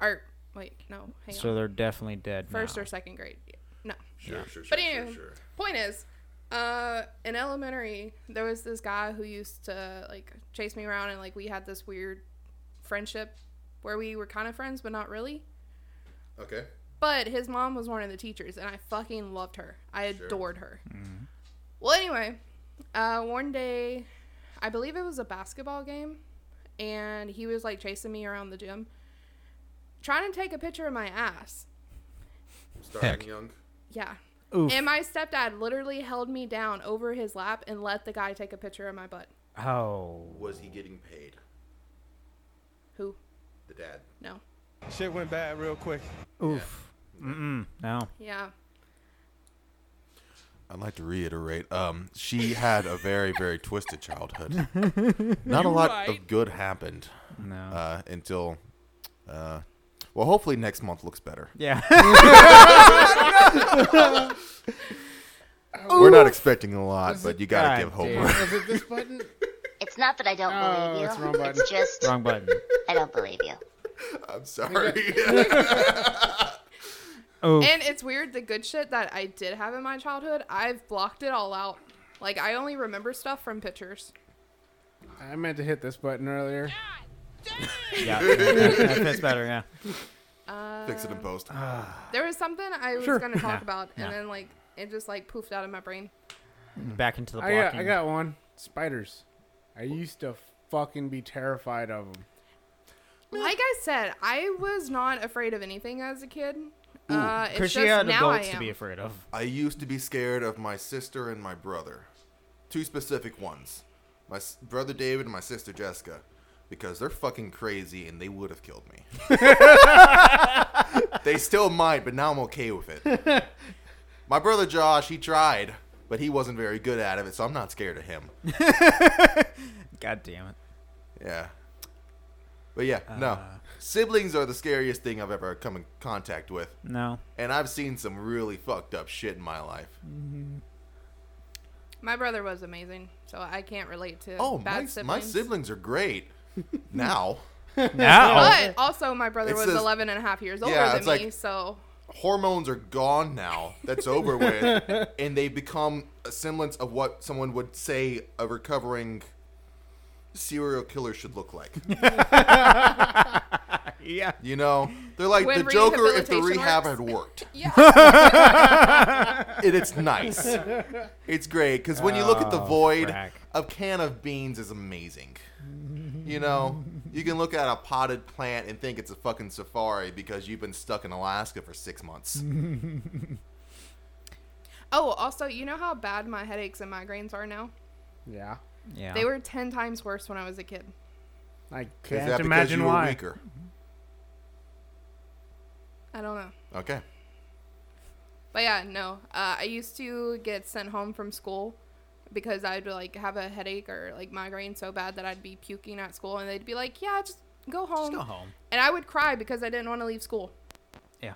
Or wait, no, hang So on. they're definitely dead. First now. or second grade. No. sure, sure, sure, But sure, anyway. sure. Point is, uh, in elementary, there was this guy who used to like chase me around, and like we had this weird friendship where we were kind of friends, but not really. Okay. But his mom was one of the teachers, and I fucking loved her. I Sure. adored her. Well, anyway, uh, one day, I believe it was a basketball game, and he was like chasing me around the gym, trying to take a picture of my ass. Starting Heck. young. Yeah. Oof. And my stepdad literally held me down over his lap and let the guy take a picture of my butt. Oh. Was he getting paid? Who? The dad. No. Shit went bad real quick. Oof. Mm-mm. No. Yeah. I'd like to reiterate. Um, she had a very, very twisted childhood. Not a lot of right. good happened No. uh, until, uh, well, hopefully next month looks better. yeah. We're not expecting a lot, but you gotta God give hope. damn. Was it this button? It's not that I don't Oh, that's the wrong believe you. button. It's just Wrong button. I don't believe you. I'm sorry. Oof. And it's weird the good shit that I did have in my childhood, I've blocked it all out. Like I only remember stuff from pictures. I meant to hit this button earlier. yeah. That fits better. Yeah. Fix it in post. There was something I was Sure. gonna talk Yeah, about and yeah. then like it just like poofed out of my brain. Back into the I blocking. got, I got one. Spiders. I used to fucking be terrified of them. Like I said, I was not afraid of anything as a kid. Uh it's Because just she had now I adults am. to be afraid of. I used to be scared of my sister and my brother. Two specific ones. My s- brother David and my sister Jessica. Because they're fucking crazy and they would have killed me. they still might, but now I'm okay with it. My brother Josh, he tried, but he wasn't very good at it, so I'm not scared of him. God damn it. Yeah. But yeah, no. Siblings are the scariest thing I've ever come in contact with. No. And I've seen some really fucked up shit in my life. My brother was amazing, so I can't relate to Oh, bad my, siblings. my siblings are great. now, No. But also, my brother It's was just- 11 and a half years older Yeah, than it's me, like- so hormones are gone now. That's over with. And they become a semblance of what someone would say a recovering serial killer should look like. Yeah. You know? They're like When the Joker if the rehabilitation rehab works. had worked. yeah, And it's nice. It's great because when you look at the Oh, void, frack. a can of beans is amazing. You know, you can look at a potted plant and think it's a fucking safari because you've been stuck in Alaska for six months. Oh, also, you know how bad my headaches and migraines are now? Yeah. Yeah. They were 10 times worse when I was a kid. I Is can't that because imagine you were why. weaker? I don't know. Okay. But yeah, no. Uh, I used to get sent home from school because I'd like have a headache or like migraine so bad that I'd be puking at school and they'd be like, "Yeah, just go Just home." go home. And I would cry because I didn't want to leave school. Yeah.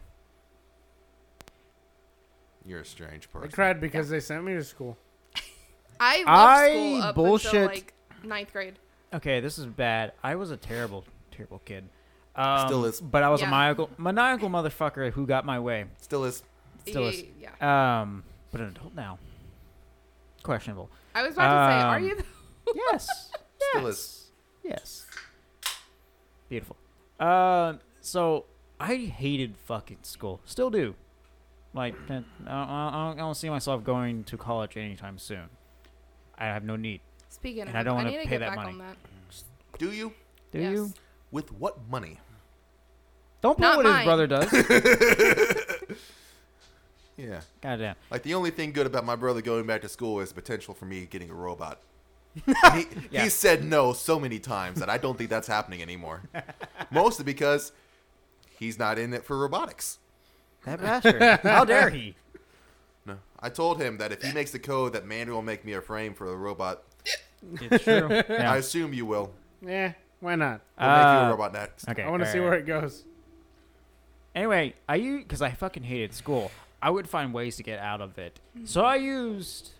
You're a strange I person. cried because they sent me to school. I loved I school up until bullshit- like ninth grade. Okay, this is bad. I was a terrible, terrible kid. Um, Still is. But I was Yeah. a maniacal, maniacal motherfucker who got my way. Still is. Still is. Ye- yeah. Um, but an adult now. Questionable. I was about to say, "Are um, you?" though?" Yes. Still yes. is. Yes. Beautiful. Um. so I hated fucking school. Still do. Like, I don't, I don't- I don't see myself going to college anytime soon. I have no need. Speaking And of, I don't I wanna need to pay get that back money. on that. Do you? Do Yes. you? With what money? Don't believe Not what mine. his brother does. Yeah. Goddamn. Like the only thing good about my brother going back to school is the potential for me getting a robot. And he, Yeah. he said no so many times that I don't think that's happening anymore. Mostly because he's not in it for robotics. That bastard. How dare he? No, I told him that if he makes the code, that Mandy will make me a frame for the robot. It's true. I Yeah. assume you will. Yeah, why not? We'll make you Uh, a robot next. Okay. I want to all see right. where it goes. Anyway, I used because I fucking hated school. I would find ways to get out of it. So I used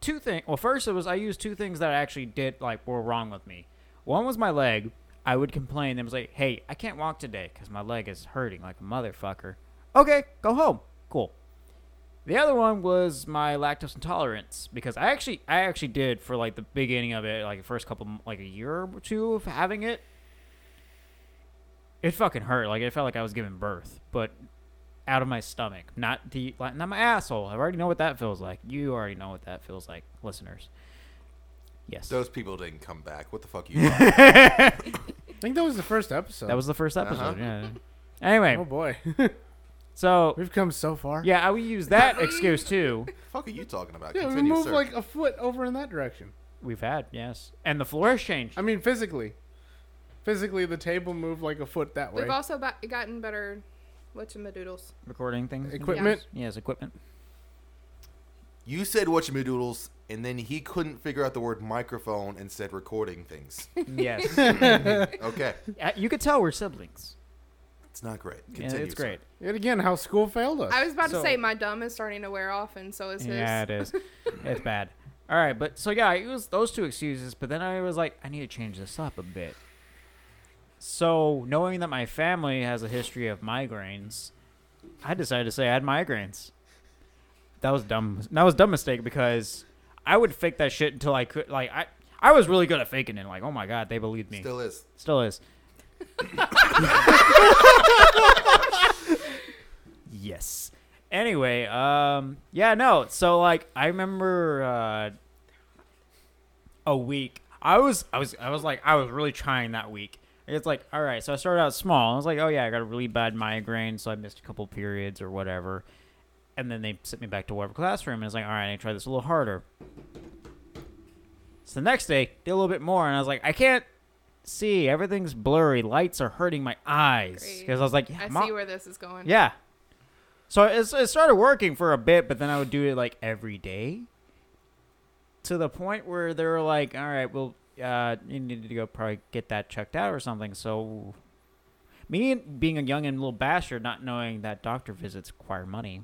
two things. Well, first it was I used two things that I actually did like were wrong with me. One was my leg. I would complain. and was like, "Hey, I can't walk today because my leg is hurting like a motherfucker." Okay, go home. Cool. The other one was my lactose intolerance because I actually I actually did for like the beginning of it, like the first couple like a year or two of having it it fucking hurt. Like it felt like I was giving birth, but out of my stomach, not the like, not my asshole. I already know what that feels like. You already know what that feels like, listeners. Yes, Those people didn't come back. What the fuck are you? talking about? I think that was the first episode. that was the first episode. Uh-huh. Yeah. Anyway, Oh boy, so we've come so far. yeah, I would use that excuse too. fuck are you talking about? yeah. We Continue, moved sir. like a foot over in that direction. We've had yes, and the floor has changed. I mean, physically, physically, the table moved like a foot that way. We've also ba- gotten better whatchamadoodles. Recording things, Equipment. Yes, equipment. you said what you doodles, and then he couldn't figure out the word microphone and said recording things. Yes, Okay, Uh, you could tell we're siblings. it's not great. Yeah, Continue, it's sir. great. Yet again, how school failed us. I was about Uh, So- to say my dumb is starting to wear off, and so is his. Yeah, it is. it's bad. All right, but so yeah, it was those two excuses, but then I was like, I need to change this up a bit. So knowing that my family has a history of migraines, I decided to say I had migraines. That was dumb. That was a dumb mistake because I would fake that shit until I could. Like I, I was really good at faking it. Like, oh my god, they believed me. Still is. Still is. yes. Anyway, um, yeah, no. So like, I remember uh, a week. I was, I was, I was like, I was really trying that week. It's like, all right. So I started out small. I was like, oh yeah, I got a really bad migraine, so I missed a couple periods or whatever. And then they sent me back to whatever classroom, and it's like, all right, I need to try this a little harder. So the next day, did a little bit more, and I was like, I can't see. Everything's blurry. Lights are hurting my eyes. Great. Because I was like, yeah, I Mom- see where this is going. yeah. So it, it started working for a bit, but then I would do it like every day to the point where they were like, all right, well, uh, you need to go probably get that checked out or something. So me and- being a young and little bastard, not knowing that doctor visits require money.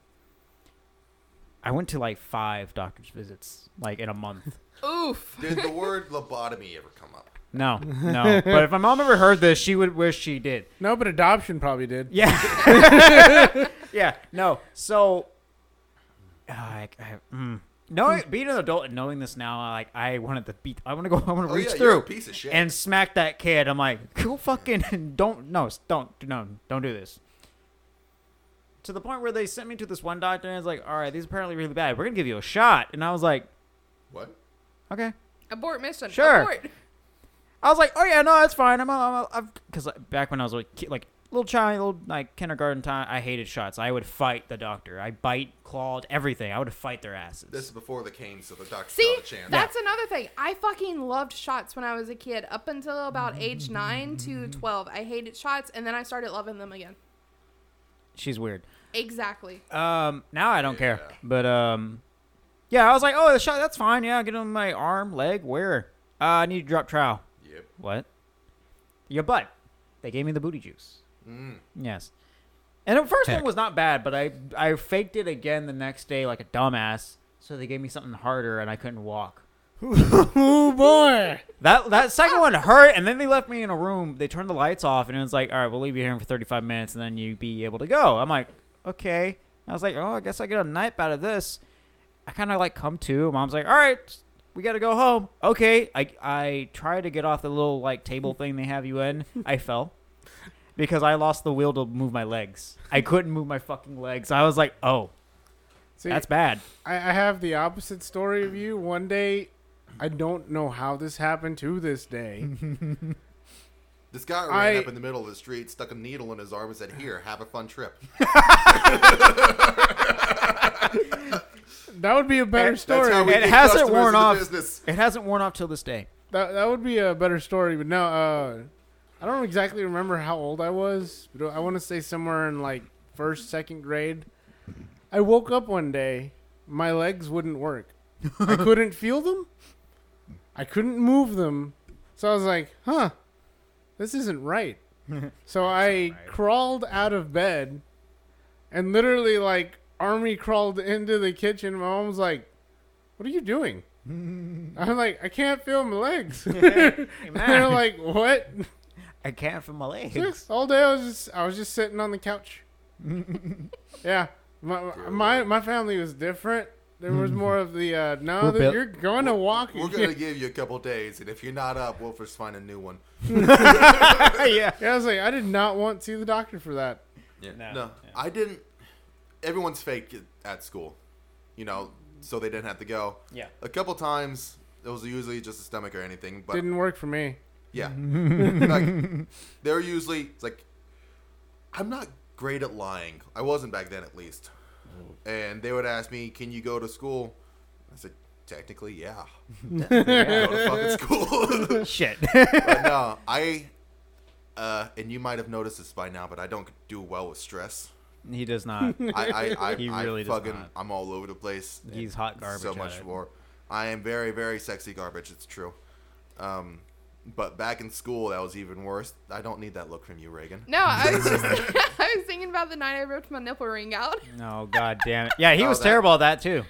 I went to like five doctor's visits like in a month. Oof. Did the word lobotomy ever come up? No, no. But if my mom ever heard this, she would wish she did. no, but adoption probably did. Yeah. yeah. No. So, uh, I, I, mm. knowing Hmm. being an adult and knowing this now, I, like I wanted to beat. I want to go. I want to Oh, reach yeah, you're a through piece of shit. and smack that kid. I'm like, go fucking don't. No, s- don't. No, don't do this. To the point where they sent me to this one doctor and it's like, all right, these are apparently really bad. We're gonna give you a shot. And I was like, what? okay. Abort mission. Sure. Abort. I was like, oh yeah, no, that's fine. I'm, I'm, I'm, because back when I was like, ki- like little child, little, like kindergarten time, I hated shots. I would fight the doctor. I bite, clawed, everything. I would fight their asses. This is before the cane, so the doctor See, got a chance. that's another thing. I fucking loved shots when I was a kid, up until about age nine to twelve. I hated shots, and then I started loving them again. She's weird. Exactly. Um, now I don't care. But um, yeah, I was like, oh, the shot, that's fine. Yeah, get on my arm, leg, where? Uh, I need to drop trowel. Yep. What? Your butt. They gave me the booty juice. Mm. Yes. And the first one Heck. was not bad, but I I faked it again the next day like a dumbass. So they gave me something harder, and I couldn't walk. Oh boy. That that second one hurt, and then they left me in a room. They turned the lights off, and it was like, all right, we'll leave you here for 35 minutes, and then you be able to go. I'm like, okay. I was like, oh, I guess I get a nap out of this. I kind of like come to. Mom's like, all right, we got to go home. Okay. I I tried to get off the little like table thing they have you in. I fell because I lost the will to move my legs. I couldn't move my fucking legs. I was like, oh, See, that's bad. I, I have the opposite story of you. One day, I don't know how this happened to this day. This guy ran I- up in the middle of the street, stuck a needle in his arm, and said, "Here, have a fun trip." that would be a better story. That's how we It get hasn't customers worn in the off. business. It hasn't worn off till this day. That that would be a better story, but no, uh, I don't exactly remember how old I was, but I want to say somewhere in like first, second grade. I woke up one day, my legs wouldn't work. I couldn't feel them. I couldn't move them. So I was like, "Huh, this isn't right." so I crawled out of bed, and literally like army crawled into the kitchen. My mom was like, "What are you doing?" I'm like, I can't feel my legs. and Ah. they're like, what? I can't feel my legs. Yes, All day I was just, I was just sitting on the couch. yeah, my, my my family was different. There was more of the uh, no, We're that built- you're going to walk. We're gonna give you a couple days, and if you're not up, we'll first find a new one. yeah. yeah, I was like, I did not want to see the doctor for that. Yeah. No, No, yeah. I didn't. Everyone's fake at school, you know, so they didn't have to go. Yeah. A couple times, it was usually just a stomach or anything, but Didn't work for me. yeah, like, they're usually it's like, I'm not great at lying. I wasn't back then, at least. And they would ask me, "Can you go to school?" I said, "Technically, yeah." I go to fucking school. Shit. but no, I. Uh, and you might have noticed this by now, but I don't do well with stress. he does not. I, I, I, He I really does fucking, not. I'm all over the place. He's hot garbage So at much it. more. I am very, very sexy garbage. It's true. Um, but back in school, that was even worse. I don't need that look from you, Reagan. No, I was just I was thinking about the night I ripped my nipple ring out. No, god damn it. Yeah, he Oh, was that- terrible at that too.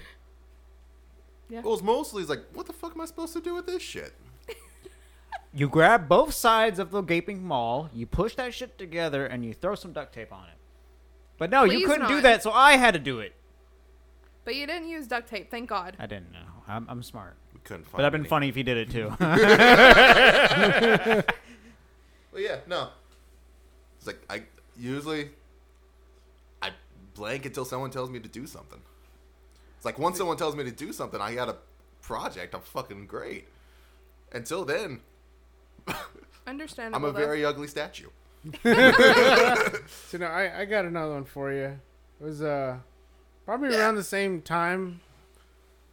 It was mostly it's like, what the fuck am I supposed to do with this shit? You grab both sides of the gaping maul, you push that shit together, and you throw some duct tape on it. But no, you Please couldn't do not. that, so I had to do it. But you didn't use duct tape, thank God. I didn't know. I'm, I'm smart. We couldn't find. But that'd been any. funny if he did it too. Well, yeah, no. It's like I usually I blank until someone tells me to do something. It's like once someone tells me to do something, I got a project. I'm fucking great. Until then, I'm Understandable. a though. very ugly statue. So no, I, I got another one for you. It was uh probably around the same time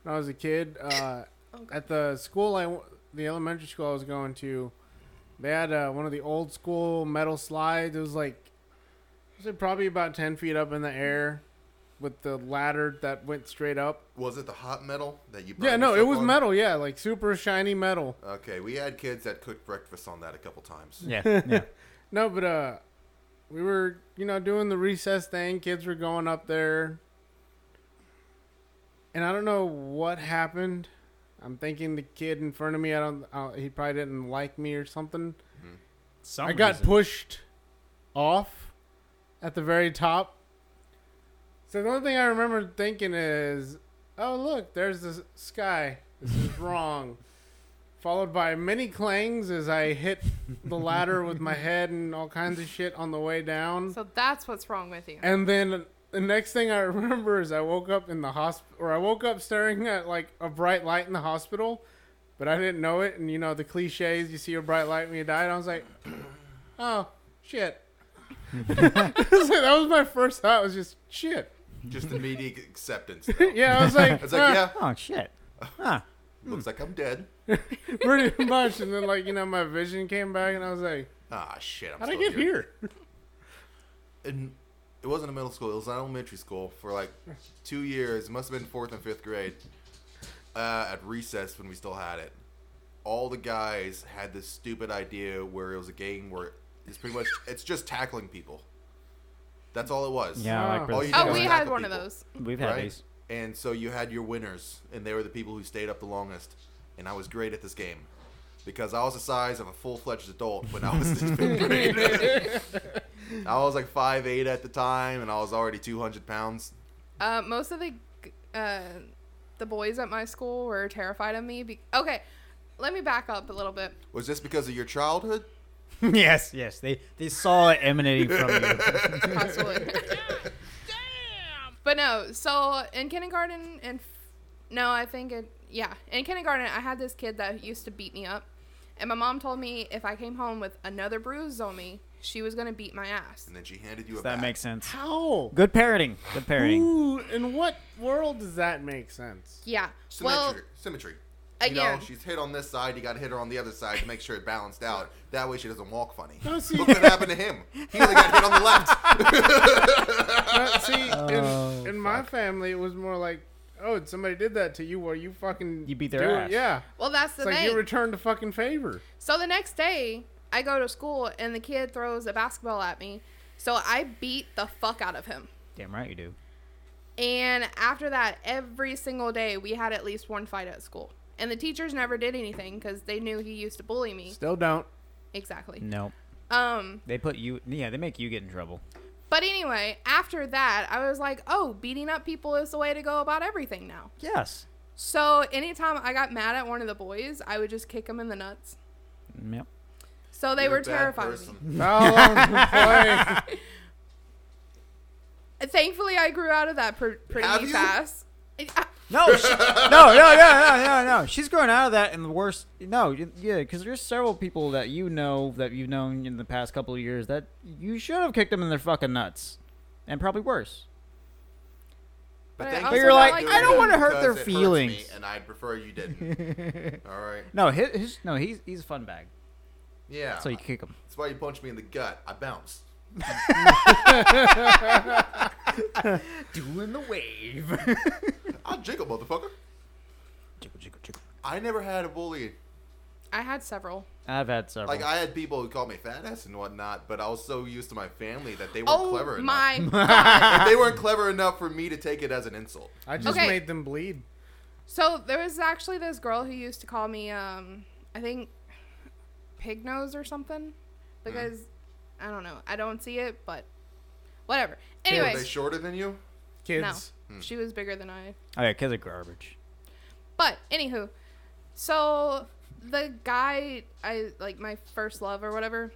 when I was a kid. Uh, at the school I w- the elementary school I was going to, they had uh, one of the old school metal slides. It was like it was probably about ten feet up in the air, with the ladder that went straight up. Was it the hot metal that Oh, you? Yeah, burned no, it yourself was on? metal. Yeah, like super shiny metal. Okay, we had kids that cooked breakfast on that a couple times. yeah, yeah. No, but uh, we were you know doing the recess thing. Kids were going up there, and I don't know what happened. I'm thinking the kid in front of me. I don't. Uh, he probably didn't like me or something. Some I got reason. pushed off at the very top. So the only thing I remember thinking is, "Oh look, there's the s- sky. This is wrong." Followed by many clangs as I hit the ladder with my head and all kinds of shit on the way down. So that's what's wrong with you. And then the next thing I remember is I woke up in the hospital, or I woke up staring at like a bright light in the hospital, but I didn't know it. And you know the cliches: you see a bright light when you die. And I was like, oh shit. So that was my first thought. Was just shit. Just immediate acceptance. Yeah, I was like, It's like, "Ah," yeah, Oh shit. Huh. hmm. looks like I'm dead. pretty much. And then like you know my vision came back, and I was like, Ah, shit. I'm how'd I still get here? and it wasn't a middle school. It was an elementary school for like two years. It must have been fourth and fifth grade. Uh, at recess when we still had it, all the guys had this stupid idea where it was a game where it's pretty much it's just tackling people. That's all it was. Yeah, I like for Oh. the- All you did Oh, was we had tackle one of people, those. we've had right? these. And so you had your winners, and they were the people who stayed up the longest. And I was great at this game because I was the size of a full-fledged adult when I was this big. I was like 5'8 at the time, and I was already 200 pounds. Uh, most of the g- uh, the boys at my school were terrified of me. Be- okay, let me back up a little bit. Was this because of your childhood? yes, yes. They they saw it emanating from you. Possibly. but no, so in kindergarten and f- no, I think it yeah, in kindergarten, I had this kid that used to beat me up, and my mom told me if I came home with another bruise on me, she was gonna beat my ass. And then she handed you a That bat. makes sense. How? Good parroting. Good parroting. Ooh, in what world does that make sense? Yeah. symmetry. Well, symmetry. You again. know, she's hit on this side. You got to hit her on the other side to make sure it balanced out. That way, she doesn't walk funny. No, see- Look what happened to him. He only got hit on the left. But see, Oh, in, in my family, it was more like, oh, somebody did that to you where you fucking. You beat their do it. ass. Yeah. well, that's the It's like thing. you returned a fucking favor. So the next day, I go to school and the kid throws a basketball at me. So I beat the fuck out of him. Damn right you do. And after that, every single day we had at least one fight at school. And the teachers never did anything because they knew he used to bully me. Still don't. Exactly. No. Um, They put you. Yeah, they make you get in trouble. but anyway, after that, I was like, oh, beating up people is the way to go about everything now. Yes. So anytime I got mad at one of the boys, I would just kick him in the nuts. Yep. So they You're a bad were terrified. of me. person. Foul on the play. Thankfully, I grew out of that pr- pretty Have you? fast. I- I- No, she, no, no, no, no, no, no. She's grown out of that, and the worst. No, y- yeah, because there's several people that you know that you've known in the past couple of years that you should have kicked them in their fucking nuts, and probably worse. But thank I you also for don't not like- doing I don't it wanna hurt because their it hurts me, feelings. and I'd prefer you didn't. All right. No, his, his no, he's he's a fun bag, Yeah. so you kick him. That's why you punched me in the gut. I bounced. Doing the wave. I'll jiggle, motherfucker. I never had a bully. I had several. I've had several. Like uh, I had people who called me fat ass and whatnot, but I was so used to my family that they weren't clever Oh enough. my they weren't clever enough for me to take it as an insult. I just Okay. made them bleed. So there was actually this girl who used to call me, um, I think, pig nose or something, because I don't know. I don't see it, but whatever. Were Anyway, they shorter than you? no, Kids. she was bigger than I. oh yeah, kids are garbage. But anywho, so the guy I like my first love or whatever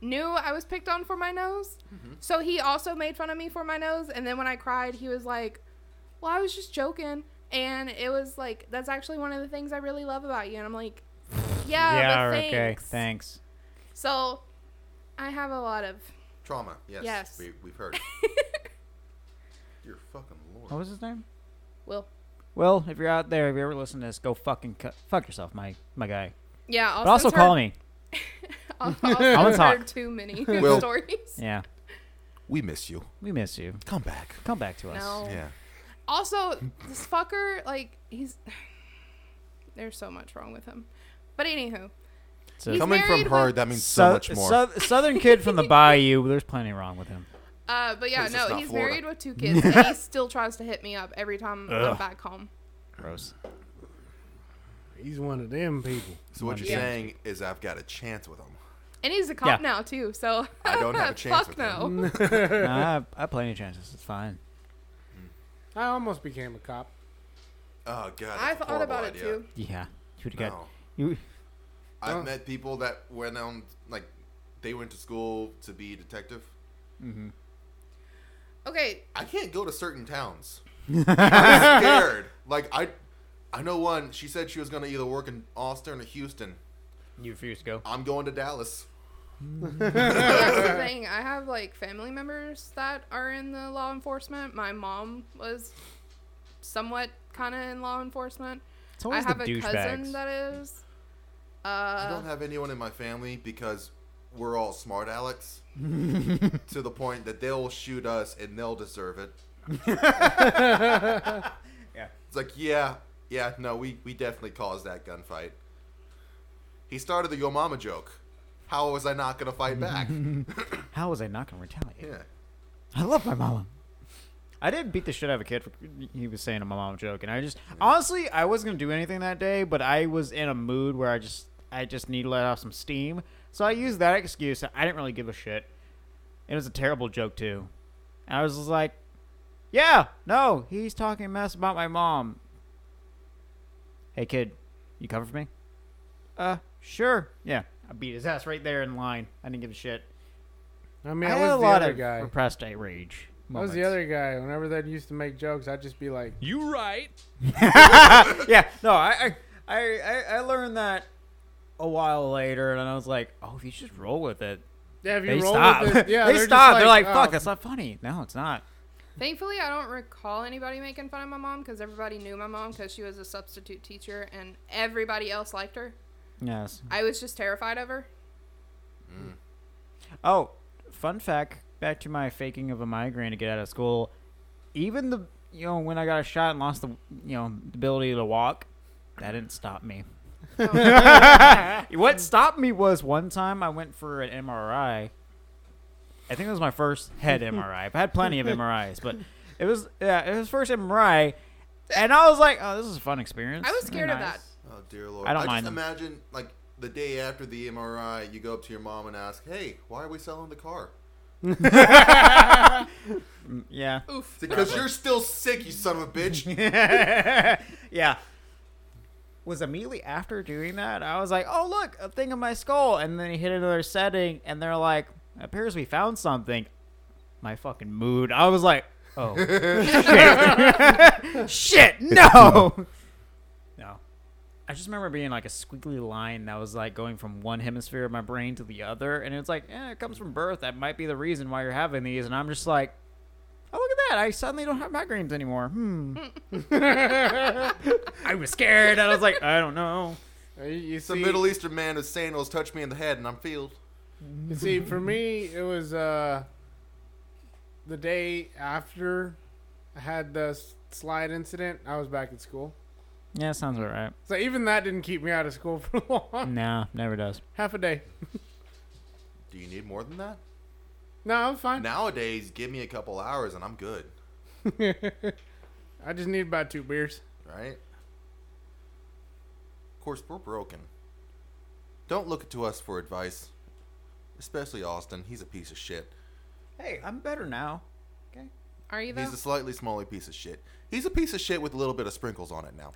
knew I was picked on for my nose. So he also made fun of me for my nose and then when I cried he was like, "Well, I was just joking." And it was like, "That's actually one of the things I really love about you." And I'm like, "Yeah, Oh, but thanks." okay, thanks. So I have a lot of Trauma. Yes. Yes. We, we've heard. You're fucking lord. What was his name? will. Well, if you're out there, if you ever listen to this, go fucking cu- fuck yourself, my my guy. Yeah, also, But also call me. I wanna was talk. heard too many Will. stories. Yeah, We miss you. we miss you. Come back. Come back to us. No. Yeah. Also, this fucker, like, he's. There's so much wrong with him. But anywho, It's a- He's Coming from married her, with- that means Sou- so much more. sou- southern kid from the bayou. There's plenty wrong with him. uh, but yeah, It's just no, not he's Florida. married with two kids, and he still tries to hit me up every time I'm Ugh. back home. Gross. He's one of them people. so what you're Yeah. saying is I've got a chance with them. And he's a cop Yeah. now too, so I don't have a chance Fuck with no. him. Nah, I, have, I have plenty of chances. It's fine. I almost became a cop. Oh god. that's I a thought horrible about it idea. too. Yeah, you'd get No. you. I've Oh. met people that went on like they went to school to be a detective. Okay, I can't go to certain towns. I'm scared. Like I, I know one. She said she was gonna either work in Austin or Houston. You refuse to go. I'm going to Dallas. that's the thing. I have like family members that are in the law enforcement. My mom was somewhat kind of in law enforcement. It's always I have the a cousin douchebags. that is. Uh, I don't have anyone in my family because we're all smart Alex to the point that they'll shoot us and they'll deserve it. Yeah. It's like, yeah, yeah, no, we, we definitely caused that gunfight. He started the Yo Mama joke. How was I not going to fight back? How was I not gonna retaliate? yeah. I love my mama. I did beat the shit out of a kid. For, he was saying a my mom joke, and I just honestly I wasn't gonna do anything that day, but I was in a mood where I just I just need to let off some steam, so I used that excuse. I didn't really give a shit. It was a terrible joke too, and I was just like, "Yeah, no, he's talking mess about my mom." Hey kid, you coming for me? Uh, sure. Yeah, I beat his ass right there in line. I didn't give a shit. I mean, I I, had was a the lot other of guy. repressed rage. That was the moments. other guy. Whenever they used to make jokes, I'd just be like, You right. yeah, no, I, I, I, I- I learned that a while later, and I was like, oh, if you just roll with it, "Yeah, if you they roll stop. with this, yeah, they they're stop. Just they're like, fuck, oh, that's not funny. No, it's not. Thankfully, I don't recall anybody making fun of my mom because everybody knew my mom because she was a substitute teacher and everybody else liked her. Yes. I was just terrified of her. Oh, fun fact. Back to my faking of a migraine to get out of school. Even the you know when I got a shot and lost the you know the ability to walk, that didn't stop me. Oh. what stopped me was one time I went for an MRI. I think it was my first head MRI. I've had plenty of MRIs, but it was yeah, it was first MRI, and I was like, oh, this is a fun experience. I was It'd be scared of nice. that. Oh dear lord! I don't just mind them. imagine like the day after the MRI, you go up to your mom and ask, "Hey, why are we selling the car?" Yeah, Oof. Because you're still sick, you son of a bitch. yeah. Was immediately after doing that, I was like, "Oh look, a thing in my skull," and then he hit another setting, and they're like, "Appears we found something." My fucking mood. I was like, "Oh shit, shit, no, no." I just remember being like a squiggly line that was like going from one hemisphere of my brain to the other, and it's like, "Yeah, it comes from birth. That might be the reason why you're having these." And I'm just like, "Oh look at that! I suddenly don't have migraines anymore." Hmm. I was scared. I was like, I don't know. You, you see, Some Middle Eastern man with sandals touched me in the head, and I'm peeled. You see, for me, it was uh, the day after I had the s- slide incident. I was back at school, Yeah, sounds about right. so even that didn't keep me out of school for long. Nah, never does. Half a day. Do you need more than that? No, I was fine. Nowadays, give me a couple hours and I'm good, I just need about two beers. right? Of course, we're broken. Don't look to us for advice, especially Austin. He's a piece of shit. Hey, I'm better now. Are you though? He's a slightly smaller piece of shit. He's a piece of shit with a little bit of sprinkles on it now.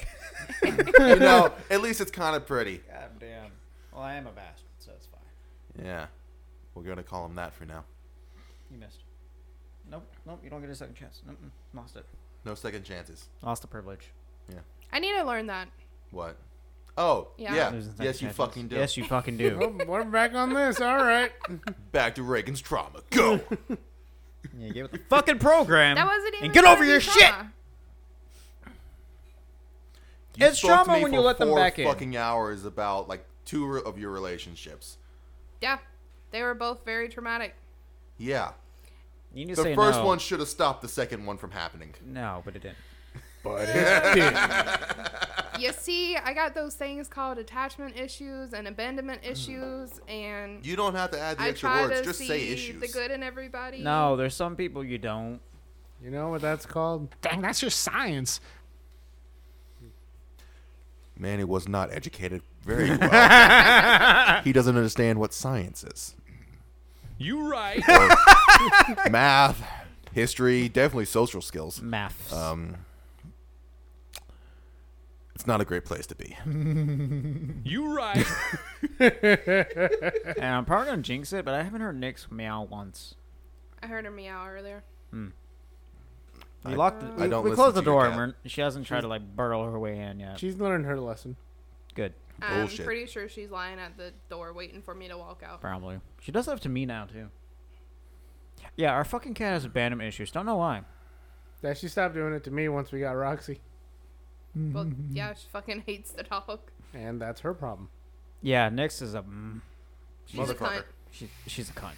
you know, at least it's kind of pretty. God damn. Well, I am a bastard, so it's fine. Yeah, we're gonna call him that for now. You missed. Nope, nope. You don't get a second chance. Mm-mm, lost it. No second chances. Lost the privilege. I need to learn that. What? Oh, Yeah. yeah. Losing second Yes, you chances. fucking do. Yes, you fucking do. Oh, we're back on this. All right. Back to Reagan's trauma. Go. yeah, get with the fucking program. That wasn't even. Mm. And get part over of your the shit. trauma. You It's spoke to trauma me when you for let them four back in. Fucking hours about like two re- of your relationships. Yeah, they were both very traumatic. Yeah, you need to the say first no. one should have stopped the second one from happening. No, but it didn't. you see, I got those things called attachment issues and abandonment issues, and You don't have to add the I extra try words. to Just see say issues. the good in everybody. No, there's some people you don't. You know what that's called? Dang, that's your science. Manny was not educated very well. he doesn't understand what science is. You right. Math, history, definitely social skills. Maths. Um, it's not a great place to be. You right. and I'm probably gonna jinx it, but I haven't heard Nick's meow once. I heard her meow earlier. We I- locked. The, I we- don't we listen closed to the your door. cat. and we're- She hasn't tried to like burrow her way in yet. She's learned her lesson. Good. Bullshit. I'm pretty sure she's lying at the door waiting for me to walk out. Probably. She does have to me now too. Yeah, our fucking cat has abandonment issues. Don't know why. That she stopped doing it to me once we got Roxy, Well, Mm-hmm. yeah, she fucking hates the dog. and that's her problem. Yeah, Nyx is a mm, She's a cunt. Motherfucker. she, she's a cunt.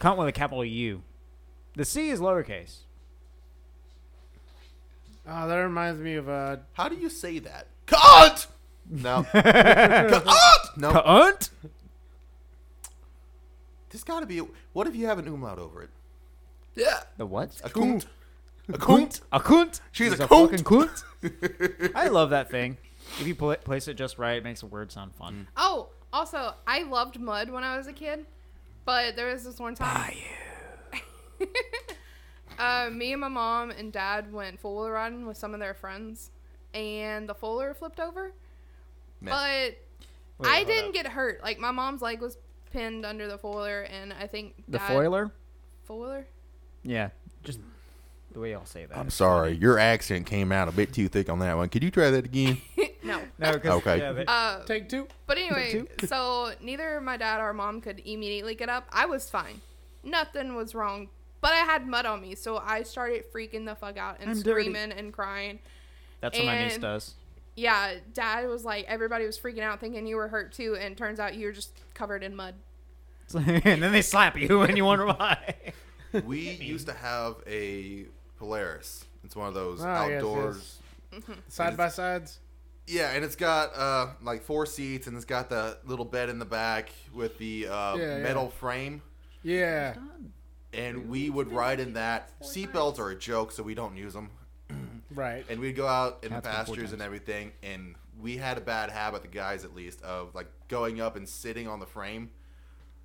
Cunt with a capital U. The C is lowercase. Oh, that reminds me of uh, How do you say that? Cunt! No. Cunt! No. Cunt. There's got to be. A, what if you have an umlaut over it? Yeah. The what? A cunt. A cunt. A cunt. She's a fucking cunt. cunt. I love that thing. If you pla place it just right, it makes the word sound fun. Oh, also, I loved mud when I was a kid, but there was this one time. uh, me and my mom and dad went foiler riding with some of their friends, and the foiler flipped over. Nah. But Mm. Wait, I hold didn't up. get hurt. Like my mom's leg was pinned under the foiler, and I think the dad- foiler. foiler Yeah, Just the way y'all say that. I'm sorry, your accent came out a bit too thick on that one. Could you try that again? No. No, 'cause- Okay. yeah, they- Uh, Take two. but anyway, so neither my dad or mom could immediately get up. I was fine. Nothing was wrong. But I had mud on me, so I started freaking the fuck out and I'm dirty. screaming and crying. that's what my niece and- does. Yeah, dad was like, everybody was freaking out thinking you were hurt too, and turns out you were just covered in mud. and then they slap you, and you wonder why. we used to have a Polaris. It's one of those Ah, yes, outdoors. yes. Side by sides. Yeah, and it's got uh, like four seats, and it's got the little bed in the back with the uh, Yeah, yeah. metal frame. Yeah. And we would ride in that. Seatbelts are a joke, so we don't use them. Right. And we'd go out in That's the been four pastures and everything, and we had a bad habit, the guys at least, of like going up and sitting on the frame.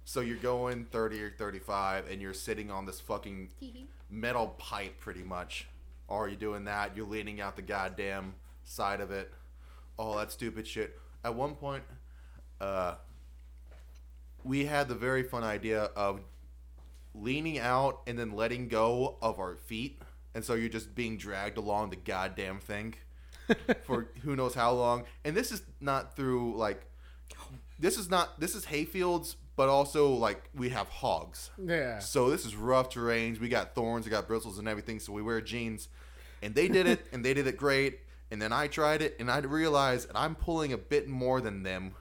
So you're going 30 or 35, and you're sitting on this fucking metal pipe pretty much. Or you doing that, you're leaning out the goddamn side of it, all that stupid shit. At one point, uh, we had the very fun idea of leaning out and then letting go of our feet. And so you're just being dragged along the goddamn thing for who knows how long. And this is not through like this is not this is hayfields, but also like we have hogs. Yeah. So this is rough terrain. We got thorns, we got bristles and everything, so we wear jeans. And they did it and they did it great. And then I tried it and I realized that I'm pulling a bit more than them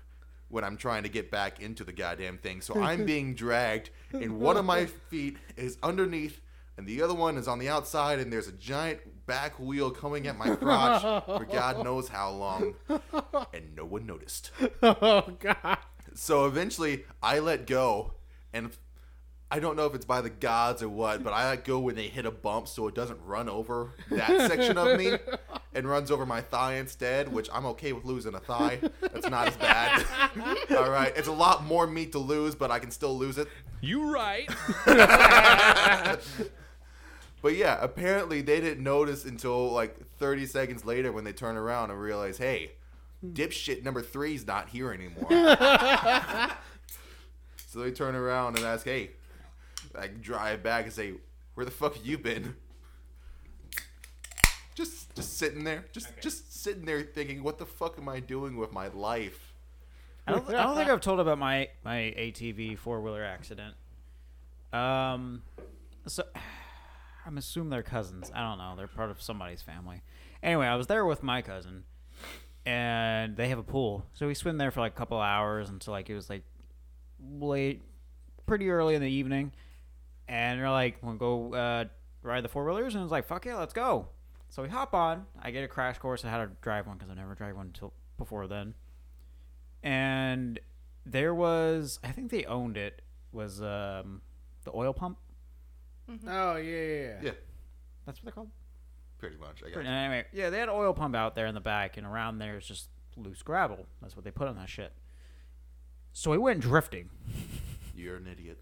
when I'm trying to get back into the goddamn thing. So I'm being dragged and one of my feet is underneath and the other one is on the outside and there's a giant back wheel coming at my crotch for God knows how long. And no one noticed. Oh god. So eventually, I let go, and I don't know if it's by the gods or what, but I let go when they hit a bump so it doesn't run over that section of me and runs over my thigh instead, which I'm okay with losing a thigh. That's not as bad. All right, it's a lot more meat to lose, but I can still lose it. You right. But yeah, apparently they didn't notice until like 30 seconds later when they turn around and realize, hey, dipshit number three's not here anymore. so they turn around and ask, hey, like drive back and say, where the fuck have you been? Just, just sitting there, just, just sitting there thinking, what the fuck am I doing with my life? I don't, I don't think I've told about my my ATV four wheeler accident. Um, so I'm assuming they're cousins. I don't know. They're part of somebody's family. Anyway, I was there with my cousin, and they have a pool, so we swim there for like a couple hours until like it was like late, pretty early in the evening, and they're like, "Want to go uh, ride the four wheelers?" And I was like, "Fuck yeah, let's go!" So we hop on. I get a crash course on how to drive one because I never drive one until before then and there was I think they owned it was um the oil pump. Oh yeah, yeah. yeah. Yeah, That's what they're called. pretty much. I got Pretty- Anyway, yeah, they had an oil pump out there in the back, and around there is just loose gravel. That's what they put on that shit. So we went drifting You're an idiot.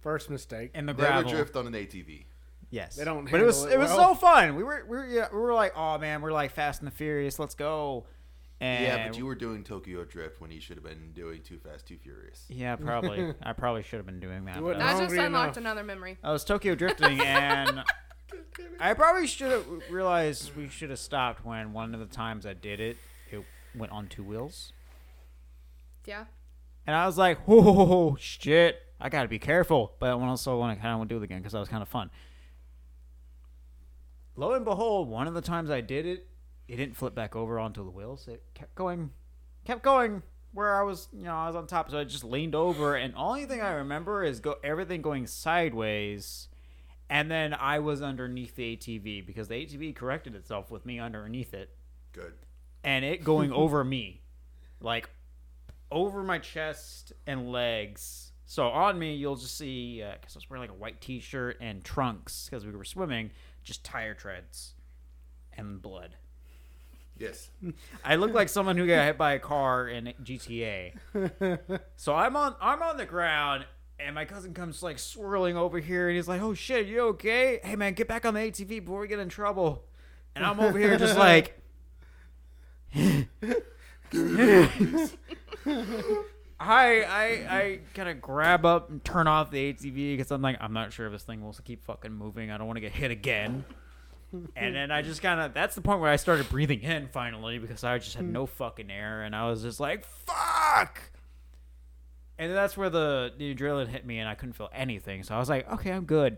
First mistake. in the Never gravel. drift on an ATV. Yes, They don't But it was handle it, it was well. so fun. We were we were, yeah, we were like, oh man, we're like Fast and the Furious. Let's go. And Yeah, but you were doing Tokyo Drift when you should have been doing Too Fast, Too Furious. Yeah, probably. I probably should have been doing that. You but wouldn't I- That Hungry just unlocked enough. another memory. I was Tokyo drifting, and I probably should have realized we should have stopped when one of the times I did it, it went on two wheels, Yeah. and I was like, "Whoa, shit! I gotta be careful." But when I also want to kind of want to do it again because that was kind of fun. Lo and behold, one of the times I did it, it didn't flip back over onto the wheels. It kept going, kept going where I was. You know, I was on top, so I just leaned over, and only thing I remember is go everything going sideways. And then I was underneath the ATV because the ATV corrected itself with me underneath it Good. and it going over me, like over my chest and legs. So on me, you'll just see because I was wearing like a white T-shirt and trunks because we were swimming, just tire treads and blood. Yes. I look like someone who got hit by a car in GTA. so I'm on I'm on the ground and my cousin comes like swirling over here and he's like, "Oh shit, you okay? Hey man, get back on the ATV before we get in trouble." And I'm over here just like I I I gotta grab up and turn off the ATV because I'm like I'm not sure if this thing will keep fucking moving. I don't want to get hit again. And then I just kind of that's the point where I started breathing in finally because I just had no fucking air and I was just like fuck. And that's where the, the adrenaline hit me and I couldn't feel anything. So I was like, okay, I'm good.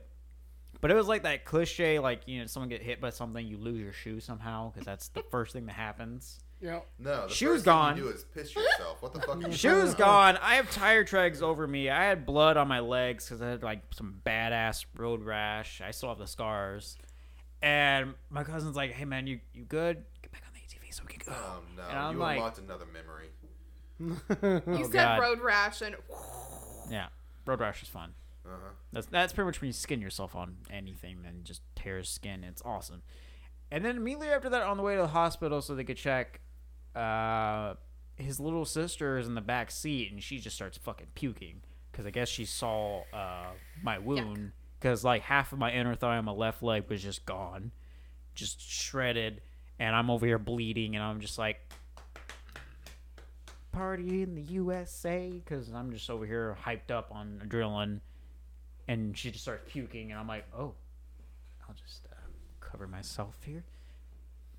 But it was like that cliche, like you know, someone get hit by something, you lose your shoe somehow because that's the first thing that happens. Yeah. No, the She first was thing gone. You do is piss yourself. What the fuck? Are you Shoes gone. I have tire treads over me. I had blood on my legs because I had like some badass road rash. I still have the scars. And my cousin's like, "Hey man, you you good? Get back on the ATV so we can go." Oh no, And I'm you like- unlocked another memory. You Oh, said God. road rash, and Yeah, road rash is fun. Uh-huh. That's that's pretty much when you skin yourself on anything, then just tears skin. It's awesome. And then immediately after that, on the way to the hospital, so they could check, uh, his little sister is in the back seat, and she just starts fucking puking because I guess she saw uh, my wound because like half of my inner thigh on my left leg was just gone, just shredded, and I'm over here bleeding, and I'm just like, party in the USA because I'm just over here hyped up on adrenaline, and she just starts puking, and I'm like, oh, I'll just uh, cover myself here.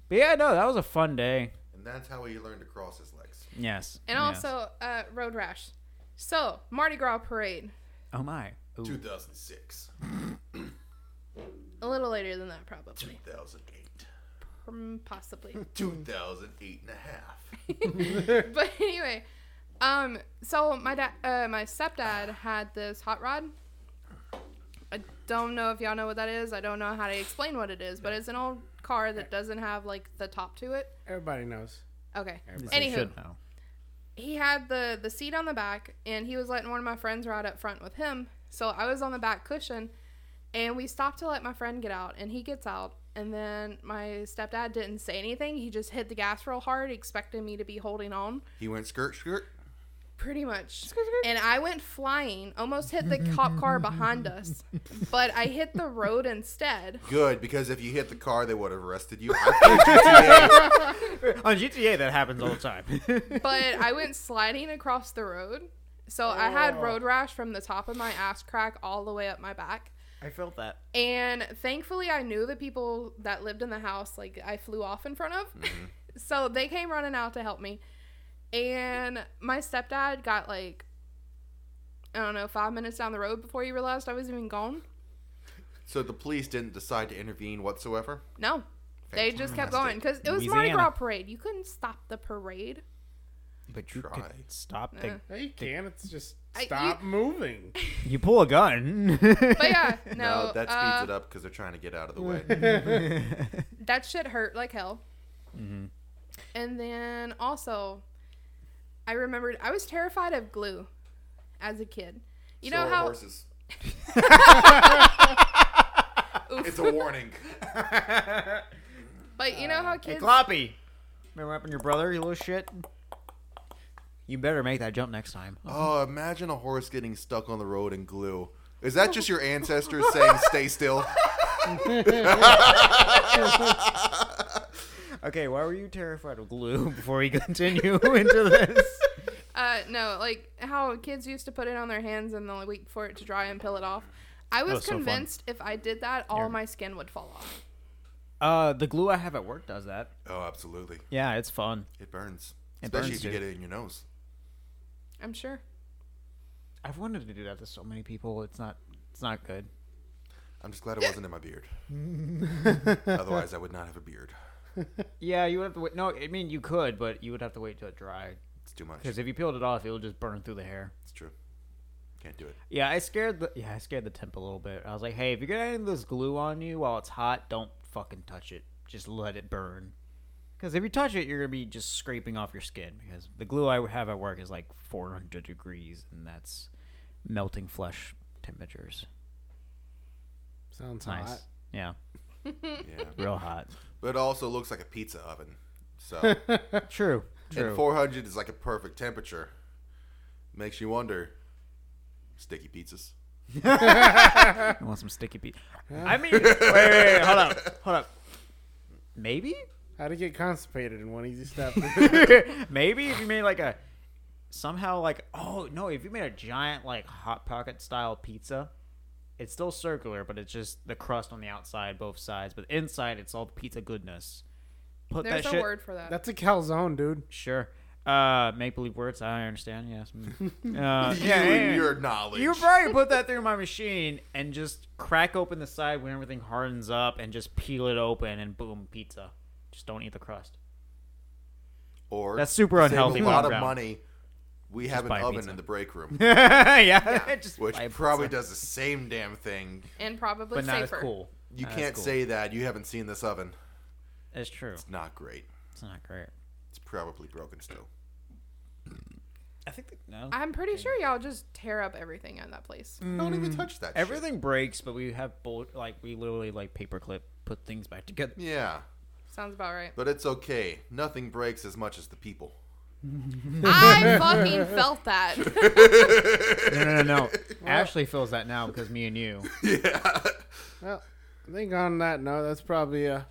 But yeah, no, that was a fun day. And that's how he learned to cross his legs. Yes, and yes. also uh, road rash. So Mardi Gras parade. oh my, Ooh. 2006, A little later than that, probably. 2008, Mm, Possibly. 2008 and a half. but anyway, um, so my dad, uh, my stepdad had this hot rod. I don't know if y'all know what that is. I don't know how to explain what it is, but it's an old car that doesn't have like the top to it. Everybody knows. Okay. This you Anywho, should know. he had the the seat on the back, and he was letting one of my friends ride up front with him. So I was on the back cushion, and we stopped to let my friend get out, and he gets out, and then my stepdad didn't say anything. He just hit the gas real hard, expecting me to be holding on. He went skirt skirt. Pretty much. And I went flying, almost hit the cop car behind us, but I hit the road instead. Good, because if you hit the car, they would have arrested you. I played GTA. On GTA, that happens all the time. But I went sliding across the road. So I Oh. had road rash from the top of my ass crack all the way up my back. I felt that. And thankfully, I knew the people that lived in the house, like I flew off in front of. Mm-hmm. so they came running out to help me. And my stepdad got like, I don't know, five minutes down the road before he realized I was even gone. so the police didn't decide to intervene whatsoever. No. They just kept going because it was Mardi Louisiana. Gras parade. You couldn't stop the parade. But you Try. could stop. Uh. The, No, you can't. It's just I- stop you- moving. you pull a gun. But yeah, no, No, that speeds uh, it up because they're trying to get out of the way. That shit hurt like hell. Mm-hmm. And then also, I remembered I was terrified of glue as a kid. You know So are how horses. it's a warning. But you know how hey, kids. Cloppy. Remember what happened to your brother, you little shit? You better make that jump next time. Oh, imagine a horse getting stuck on the road in glue. Is that just your ancestors saying "stay still"? Okay, why were you terrified of glue before we continue into this? uh, no, like how kids used to put it on their hands and then wait for it to dry and peel it off. I was was so fun. convinced if I did that, all my skin would fall off. Uh, the glue I have at work does that. Oh, absolutely. Yeah, it's fun. It burns, It especially burns, if you dude. get it in your nose. I'm sure. I've wanted to do that to so many people. It's not. It's not good. I'm just glad it wasn't in my beard. Otherwise, I would not have a beard. Yeah, you would have to wait. No, I mean you could, but you would have to wait till it dried. It's too much. Because if you peeled it off, it would just burn through the hair. It's true. Can't do it. Yeah, I scared the yeah I scared the temp a little bit. I was like, hey, if you're getting this glue on you while it's hot, don't fucking touch it. Just let it burn. Because if you touch it, you're gonna be just scraping off your skin. Because the glue I have at work is like 400 degrees, and that's melting flesh temperatures. Sounds Nice. hot. Yeah, Yeah, real hot. but it also looks like a pizza oven. So, True. and True. 400 is like a perfect temperature. Makes you wonder. Sticky pizzas. I want some sticky pee. I mean, wait, wait, wait, hold up, hold up. Maybe, How to get constipated in one easy step. maybe if you made like a somehow like oh no, if you made a giant like hot pocket style pizza, it's still circular, but it's just the crust on the outside, both sides, but inside it's all the pizza goodness. Put There's that a shit. word for that. That's a calzone, dude. Sure. Uh, make believe words. I understand. Yes. Mm. Uh, You yeah, yeah, and yeah. your knowledge. You probably put that through my machine and just crack open the side when everything hardens up and just peel it open and boom, pizza. Just don't eat the crust. or That's super save unhealthy, A lot Bob of Brown. money. We have an buy a oven pizza. in the break room, yeah, just which buy a probably pizza. does the same damn thing. and probably but not safer. as cool. You That's can't cool. say that. You haven't seen this oven. It's true. Not great. It's not great. It's probably broken still. I think that, no. I'm pretty sure y'all just tear up everything at that place. Mm. Don't even Hmm. touch that. shit. Everything breaks, but we have bolt like we literally like paperclip put things back together. Yeah, Sounds about right. but it's okay. Nothing breaks as much as the people. I fucking felt that. No, no, no. no. Ashley feels that now because me and you. Yeah. Well, I think on that note, that's probably a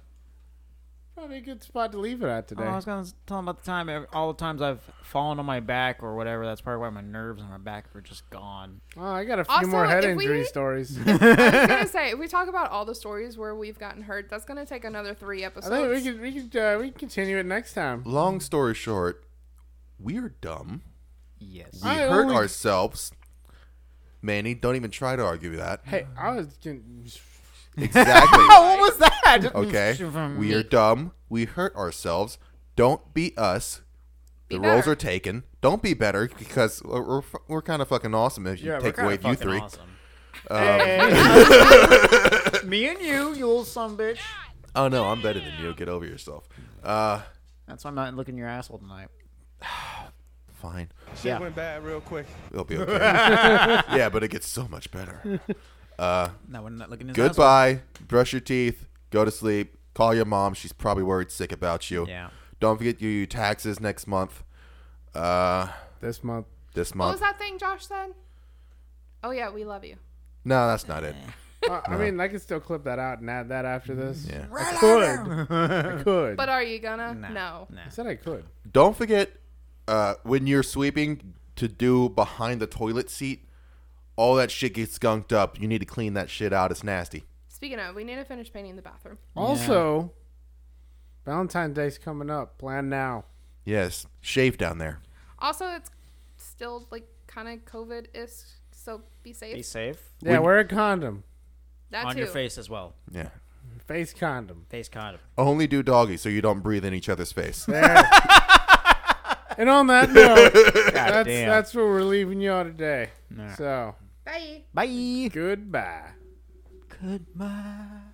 probably a good spot to leave it at today. Oh, I was gonna tell him about the time, ev- all the times I've fallen on my back or whatever. That's probably why my nerves on my back were just gone. Oh, I got a few Also, more head if we- injury stories. I was gonna say, if we talk about all the stories where we've gotten hurt, that's gonna take another three I episodes. think we could we could uh, we could continue it next time. Long story short, we're dumb. Yes. We I hurt only- ourselves. Manny, don't even try to argue that. Hey, I was getting, Exactly. what was that? Okay. We are dumb. We hurt ourselves. Don't be us. The Be roles better. are taken. Don't be better because we're, we're, fu- we're kind of fucking awesome if you Yeah, we're take away you three. Um, me and you, you little son bitch. Oh no, I'm better than you. Get over yourself. Uh, That's why I'm not looking your asshole tonight. fine. Shit Yeah. went bad real quick. It'll be okay. yeah, but it gets so much better. No, we're not looking his asshole. Goodbye. Brush your teeth. Go to sleep. Call your mom. She's probably worried sick about you. Yeah. Don't forget your your taxes next month. Uh, this month. this what month. was that thing Josh said? Oh yeah, we love you. No, that's not it. Uh, I mean, I could still clip that out and add that after this. Yeah. I could. I could. But are you gonna? Nah, no. nah. I said I could. Don't forget uh, when you're sweeping to do behind the toilet seat. All that shit gets skunked up. You need to clean that shit out. It's nasty. Speaking of, we need to finish painting the bathroom. Also, Valentine's Day's coming up. Plan now. Yes, shave down there. Also, it's still like kind of COVID is so be safe. Be safe. Yeah, wear a condom. that On too. your face as well. Yeah. Face condom. Face condom. Only do doggy so you don't breathe in each other's face. There. and on that note, that's damn. that's where we're leaving y'all today. Nah. So Bye. Bye. goodbye. Goodbye.